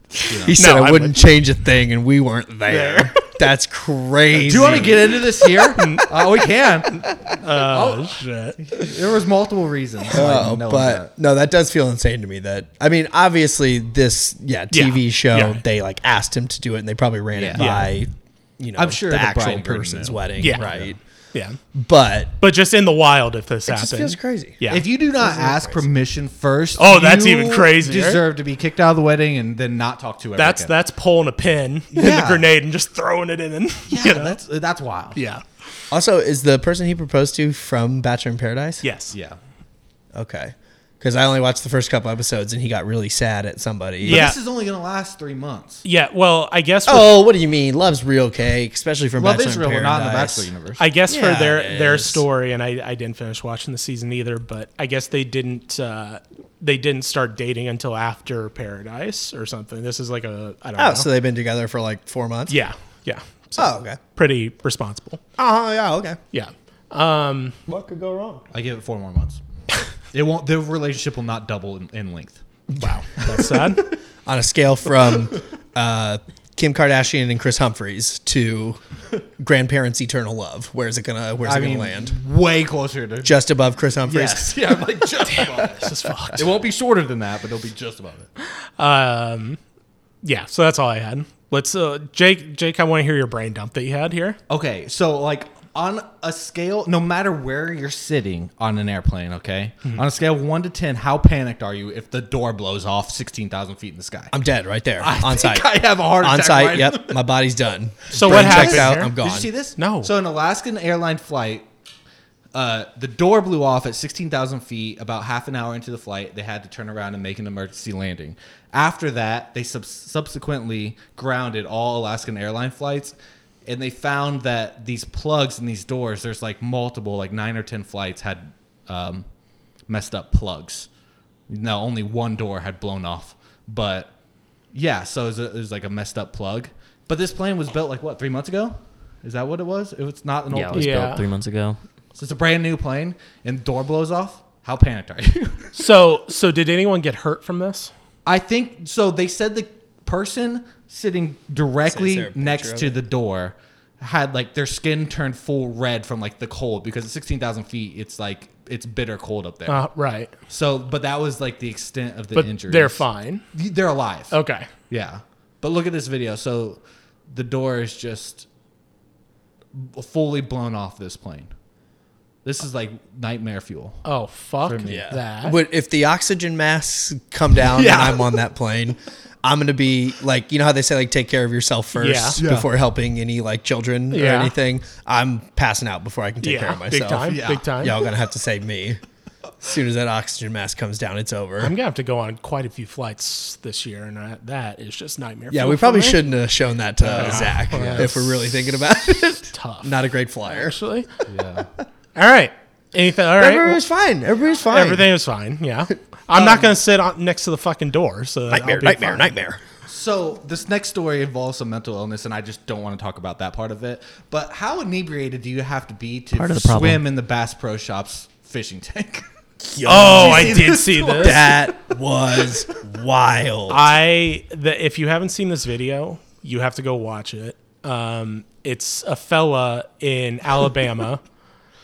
Speaker 2: He said
Speaker 1: No,
Speaker 2: I
Speaker 1: I
Speaker 2: wouldn't change a thing, and we weren't there. That's crazy.
Speaker 3: Do you want to get into this here? uh, we can.
Speaker 1: oh, shit.
Speaker 3: There was multiple reasons. why
Speaker 2: Oh,
Speaker 3: no
Speaker 2: but
Speaker 3: one got it.
Speaker 2: no, that does feel insane to me. That I mean, obviously, this yeah
Speaker 1: Yeah,
Speaker 2: TV show
Speaker 1: yeah.
Speaker 2: they like asked him to do it, and they probably ran it
Speaker 3: Yeah.
Speaker 2: by you know
Speaker 3: I'm sure
Speaker 2: the,
Speaker 3: the
Speaker 2: actual
Speaker 3: bride didn't
Speaker 2: person's
Speaker 3: know.
Speaker 2: wedding,
Speaker 1: Yeah.
Speaker 2: right?
Speaker 1: Yeah.
Speaker 2: But
Speaker 1: But just in the wild, if this
Speaker 2: it
Speaker 1: happens,
Speaker 2: just feels crazy.
Speaker 1: Yeah.
Speaker 3: If you do not ask permission first,
Speaker 1: Oh, that's
Speaker 3: you
Speaker 1: even crazier.
Speaker 3: Deserve to be kicked out of the wedding and then not talk to. her
Speaker 1: that's
Speaker 3: again.
Speaker 1: that's pulling a pin and a
Speaker 3: Yeah.
Speaker 1: grenade and just throwing it in. And,
Speaker 3: Yeah,
Speaker 1: you know?
Speaker 3: that's that's wild.
Speaker 1: yeah.
Speaker 2: Also, is the person he proposed to from Bachelor in Paradise?
Speaker 1: Yes.
Speaker 3: yeah.
Speaker 2: Okay. Because I only watched the first couple episodes, and he got really sad at somebody.
Speaker 1: Yeah.
Speaker 3: This is only gonna last three months.
Speaker 1: Yeah. Well, I guess. with-
Speaker 2: Oh, what do you mean? Love's real cake, especially from
Speaker 3: Love
Speaker 2: Bachelor
Speaker 3: Israel,
Speaker 2: in
Speaker 3: we're
Speaker 2: Paradise.
Speaker 3: not in the Bachelor universe.
Speaker 1: I guess
Speaker 2: Yeah,
Speaker 1: for their
Speaker 2: it
Speaker 1: their
Speaker 2: is.
Speaker 1: story, and I, I didn't finish watching the season either. But I guess they didn't uh, they didn't start dating until after Paradise or something. This is like a I don't know.
Speaker 2: Oh, so they've been together for like four months.
Speaker 1: yeah, yeah. So
Speaker 2: Oh, okay.
Speaker 1: pretty responsible.
Speaker 2: Oh, yeah, okay.
Speaker 1: Yeah.
Speaker 2: What could go wrong?
Speaker 3: I give it four more months. it won't. The relationship will not double in, in length.
Speaker 1: Wow, that's sad.
Speaker 2: On a scale from uh, Kim Kardashian and Chris Humphries to grandparents' eternal love, where's it gonna where's it gonna land?
Speaker 3: way closer to
Speaker 2: Just above Chris Humphries.
Speaker 3: yes. Yeah, I'm like just above it.
Speaker 1: This is fucked.
Speaker 3: It won't be shorter than that, but it'll be just above it.
Speaker 1: Um, yeah. So that's all I had. Let's uh, Jake. Jake, I want to hear your brain dump that you had here.
Speaker 3: Okay, so like on a scale, no matter where you're sitting on an airplane, okay, on a scale of one to ten, how panicked are you if the door blows off sixteen thousand feet in the sky?
Speaker 2: I'm dead right there.
Speaker 3: I
Speaker 2: on
Speaker 3: think
Speaker 2: site.
Speaker 3: I have a heart
Speaker 2: on
Speaker 3: attack
Speaker 2: site.
Speaker 3: right-
Speaker 2: yep. My body's done.
Speaker 1: So
Speaker 2: Brain
Speaker 1: what
Speaker 2: checks
Speaker 1: happened
Speaker 2: out,
Speaker 1: here?
Speaker 2: I'm gone.
Speaker 3: Did you see this?
Speaker 1: No.
Speaker 3: So an Alaskan airline flight, uh, the door blew off at 16,000 feet. About half an hour into the flight, they had to turn around and make an emergency landing. After that, they sub- subsequently grounded all Alaskan airline flights. And they found that these plugs in these doors, there's like multiple, like nine or 10 flights had um, messed up plugs. Now, only one door had blown off. But yeah, so it was, a, it was like a messed up plug. But this plane was built like what three months ago? Is that what it was? It was not an old
Speaker 5: Yeah, it
Speaker 3: plane.
Speaker 5: was
Speaker 1: Yeah.
Speaker 5: built three months ago.
Speaker 3: So it's a brand new plane, and door blows off. How panicked are you?
Speaker 1: So so did anyone get hurt from this?
Speaker 3: I think so. They said the person sitting directly
Speaker 2: there a picture
Speaker 3: next
Speaker 2: of
Speaker 3: to the door had like their skin turned full red from like the cold because at sixteen thousand feet, it's like it's bitter cold up there.
Speaker 1: Uh, right.
Speaker 3: so, but that was like the extent of the
Speaker 1: But
Speaker 3: injuries.
Speaker 1: they're fine. Oh,
Speaker 3: They're alive.
Speaker 1: Okay.
Speaker 3: Yeah. But look at this video. So the door is just fully blown off this plane. This is like nightmare fuel.
Speaker 1: Oh fuck
Speaker 3: me.
Speaker 2: Yeah.
Speaker 1: that.
Speaker 2: But if the oxygen masks come down
Speaker 3: Yeah.
Speaker 2: and I'm on that plane, I'm gonna be like, you know how they say like take care of yourself first
Speaker 1: Yeah.
Speaker 3: Yeah.
Speaker 2: before helping any like children or
Speaker 1: Yeah.
Speaker 2: anything. I'm passing out before I can take care
Speaker 1: yeah.
Speaker 2: of myself.
Speaker 1: Big time.
Speaker 3: Yeah.
Speaker 1: Big time.
Speaker 2: Y'all gonna have to save me. As soon as that oxygen mask comes down, it's over.
Speaker 1: I'm gonna have to go on quite a few flights this year, and I, that is just nightmare.
Speaker 2: yeah,
Speaker 1: fuel
Speaker 2: we
Speaker 1: for
Speaker 2: probably
Speaker 1: me.
Speaker 2: shouldn't have shown that to Zach if we're really thinking about it.
Speaker 1: Tough.
Speaker 2: Not a great flyer.
Speaker 1: actually. Yeah. all right. Anything? All
Speaker 2: Everybody
Speaker 1: right.
Speaker 2: was fine. Everybody was fine. Um,
Speaker 1: Everything was fine. Yeah. I'm not gonna sit on, next to the fucking door. So
Speaker 2: Nightmare, nightmare, nightmare.
Speaker 3: So this next story involves some mental illness, and I just don't want to talk about that part of it. But how inebriated do you have to be to
Speaker 5: Part of the
Speaker 3: swim
Speaker 5: problem.
Speaker 3: in the Bass Pro Shops fishing tank?
Speaker 1: Oh, I
Speaker 3: Did you see
Speaker 1: did
Speaker 3: this
Speaker 1: see
Speaker 3: one?
Speaker 1: this.
Speaker 2: That was wild.
Speaker 1: I the, if you haven't seen this video, you have to go watch it. Um, it's a fella in Alabama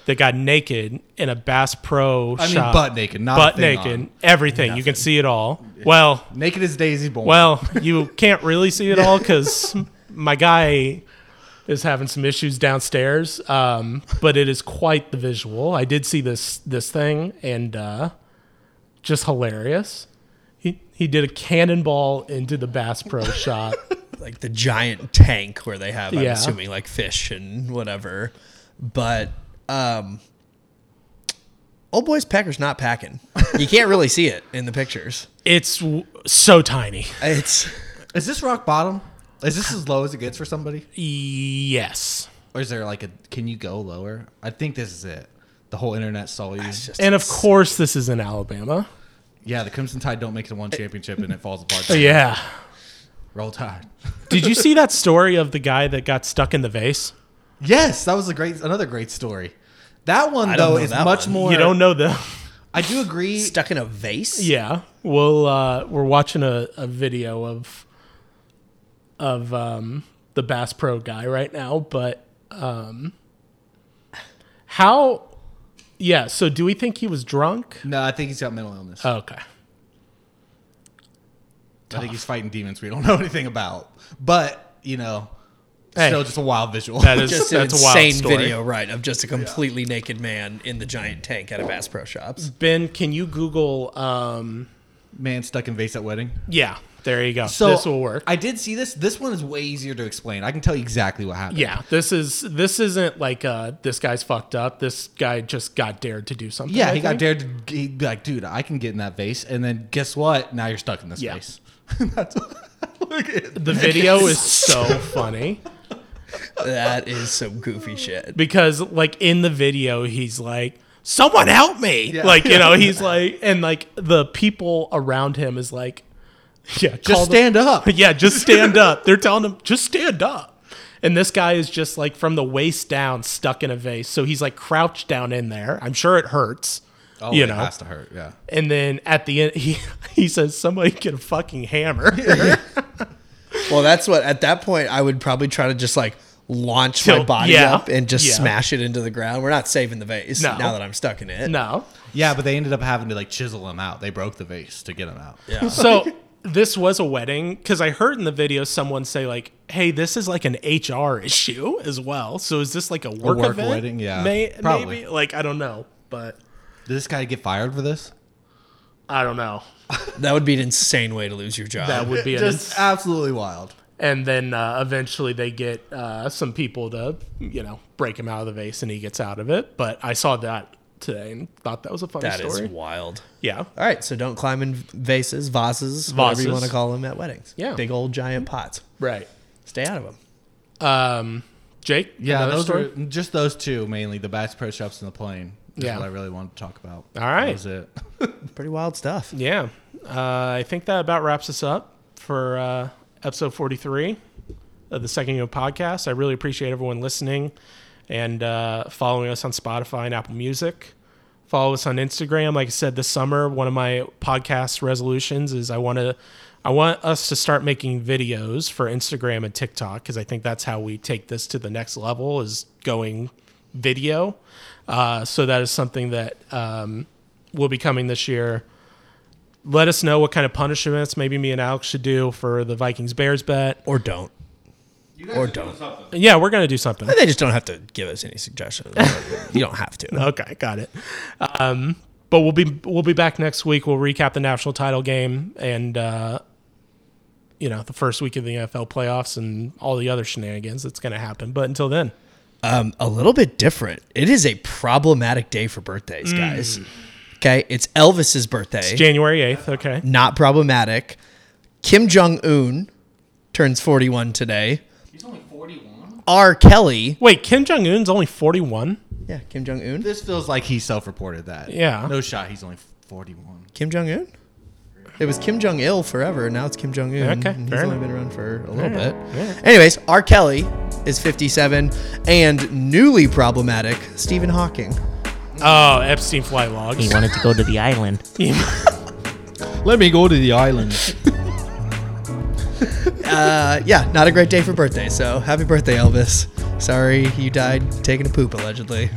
Speaker 1: that got naked in a Bass Pro
Speaker 3: I mean,
Speaker 1: shop,
Speaker 3: butt naked, not a
Speaker 1: butt
Speaker 3: thing
Speaker 1: naked,
Speaker 3: on.
Speaker 1: everything. You can see it all. Well,
Speaker 3: Naked as Daisy born.
Speaker 1: well, you can't really see it all because my guy is having some issues downstairs. Um, but it is quite the visual. I did see this this thing and uh, just hilarious. He he did a cannonball into the Bass Pro shop.
Speaker 2: like the giant tank where they have, I'm
Speaker 1: Yeah.
Speaker 2: assuming, like fish and whatever. But um, Old boys Packers not packing. You can't really see it in the pictures.
Speaker 1: It's w- so tiny.
Speaker 2: It's
Speaker 3: Is this rock bottom? Is this as low as it gets for somebody?
Speaker 1: Yes.
Speaker 3: Or is there like a can you go lower? I think this is it. The whole internet saw you.
Speaker 1: And of course, this is in Alabama.
Speaker 3: yeah, the Crimson Tide don't make it to one championship and it falls apart.
Speaker 1: Oh, Yeah.
Speaker 3: Roll Tide.
Speaker 1: Did you see that story of the guy that got stuck in the vase?
Speaker 3: Yes, that was a great another great story. That one
Speaker 2: don't
Speaker 3: though
Speaker 2: know
Speaker 3: is
Speaker 2: that
Speaker 3: much
Speaker 2: one.
Speaker 3: more.
Speaker 1: You don't know the.
Speaker 3: I do agree.
Speaker 2: stuck in a vase.
Speaker 1: Yeah. Well, uh, we're watching a, a video of of um, the Bass Pro guy right now, but um, how? Yeah. So, do we think he was drunk? Oh,
Speaker 3: No, I think he's got mental illness.
Speaker 1: Okay.
Speaker 3: I think he's fighting demons we don't know anything about. But you know,
Speaker 1: Hey.
Speaker 3: still just a wild visual.
Speaker 1: That is
Speaker 2: Just an
Speaker 1: that's a wild
Speaker 2: insane
Speaker 1: story.
Speaker 2: video, right, of just a completely naked man in the giant tank at a Bass Pro Shops.
Speaker 1: Ben, can you Google? Um,
Speaker 3: man stuck in vase at wedding.
Speaker 1: yeah. There you go.
Speaker 3: So
Speaker 1: this will work.
Speaker 3: I did see this. This one is way easier to explain. I can tell you exactly what happened.
Speaker 1: yeah. This is this isn't like uh, this guy's fucked up. This guy just got dared to do something.
Speaker 3: Yeah,
Speaker 1: I
Speaker 3: he got
Speaker 1: think.
Speaker 3: dared to he, be like, dude, I can get in that vase, and then guess what? Now you're stuck in this
Speaker 1: Yeah.
Speaker 3: vase. That's what, look at
Speaker 1: The video is so funny.
Speaker 2: That is some goofy shit.
Speaker 1: because like in the video he's like someone help me
Speaker 3: Yeah.
Speaker 1: like you know he's like and like the people around him is like yeah
Speaker 3: just stand up.
Speaker 1: up yeah just stand up they're telling him just stand up and this guy is just like from the waist down stuck in a vase so he's like crouched down in there i'm sure it hurts
Speaker 3: Oh,
Speaker 1: you
Speaker 3: it
Speaker 1: know
Speaker 3: has to hurt. Yeah,
Speaker 1: and then at the end he he says somebody get a fucking hammer
Speaker 2: Well, that's what at that point I would probably try to just like launch my
Speaker 1: Tilt-
Speaker 2: body
Speaker 1: yeah,
Speaker 2: up and just
Speaker 1: yeah.
Speaker 2: smash it into the ground. We're not saving the vase
Speaker 1: No.
Speaker 2: now that I'm stuck in it.
Speaker 1: no
Speaker 3: yeah, but they ended up having to like chisel him out. They broke the vase to get him out. Yeah,
Speaker 1: So this was a wedding because I heard in the video someone say like, "Hey, this is like an HR issue as well." So is this like a work,
Speaker 3: work
Speaker 1: event?
Speaker 3: wedding? Yeah,
Speaker 1: May-
Speaker 3: probably.
Speaker 1: maybe like I don't know, but
Speaker 3: did this guy get fired for this?
Speaker 1: I don't know.
Speaker 2: That would be an insane way to lose your job.
Speaker 1: That would be an
Speaker 3: Just absolutely wild.
Speaker 1: and then uh, eventually they get uh, some people to you know break him out of the vase and he gets out of it. But I saw that today and thought that was a funny
Speaker 2: That is
Speaker 1: story.
Speaker 2: wild.
Speaker 1: yeah.
Speaker 2: All right, so don't climb in vases, vases, whatever you
Speaker 1: Vases.
Speaker 2: want to call them at weddings.
Speaker 1: Yeah.
Speaker 2: big old giant pots.
Speaker 1: Right.
Speaker 2: Stay out of them.
Speaker 1: Um, Jake.
Speaker 3: Yeah,
Speaker 1: another
Speaker 3: those
Speaker 1: story?
Speaker 3: were just those two mainly. The Bass Pro Shops and the plane. Is
Speaker 1: Yeah.
Speaker 3: what I really wanted to talk about.
Speaker 1: All right.
Speaker 3: that was it.
Speaker 2: Pretty wild stuff.
Speaker 1: Yeah. Uh, I think that about wraps us up for uh, episode 43 of the Second Unit podcast. I really appreciate everyone listening and uh, following us on Spotify and Apple Music. Follow us on Instagram. Like I said, this summer, one of my podcast resolutions is I want to. I want us to start making videos for Instagram and TikTok because I think that's how we take this to the next level is going video. Uh, so that is something that um, will be coming this year let us know what kind of punishments maybe me and Alex should do for the Vikings Bears bet.
Speaker 2: Or don't.
Speaker 4: You guys
Speaker 2: Or
Speaker 4: are doing
Speaker 2: don't.
Speaker 4: something.
Speaker 1: Yeah, we're gonna do something.
Speaker 2: They just don't have to give us any suggestions. you don't have to.
Speaker 1: Okay, got it. Um, but we'll be we'll be back next week. We'll recap the national title game and uh, you know the first week of the NFL playoffs and all the other shenanigans that's gonna happen. But until then,
Speaker 2: um, a little bit different. It is a problematic day for birthdays, guys. Okay, it's Elvis's birthday.
Speaker 1: January eighth. Okay,
Speaker 2: not problematic. Kim Jong Un turns 41 today.
Speaker 4: He's only 41.
Speaker 2: R. Kelly,
Speaker 1: wait, Kim Jong Un's only forty one.
Speaker 2: yeah, Kim Jong Un.
Speaker 3: This feels like he self-reported that.
Speaker 1: Yeah.
Speaker 3: no shot. He's only forty-one.
Speaker 2: Kim Jong Un. It was Kim Jong Il forever. Now it's Kim Jong Un.
Speaker 1: Okay,
Speaker 2: and he's
Speaker 1: fair
Speaker 2: only
Speaker 1: enough.
Speaker 2: been around for a little
Speaker 1: right,
Speaker 2: bit.
Speaker 1: all right.
Speaker 2: Anyways, R. Kelly is 57 and newly problematic Stephen Hawking.
Speaker 1: Oh, Epstein flight logs.
Speaker 5: He wanted to go to the island.
Speaker 3: Let me go to the island.
Speaker 2: Uh, yeah, not a great day for birthday. So happy birthday, Elvis. Sorry you died taking a poop allegedly.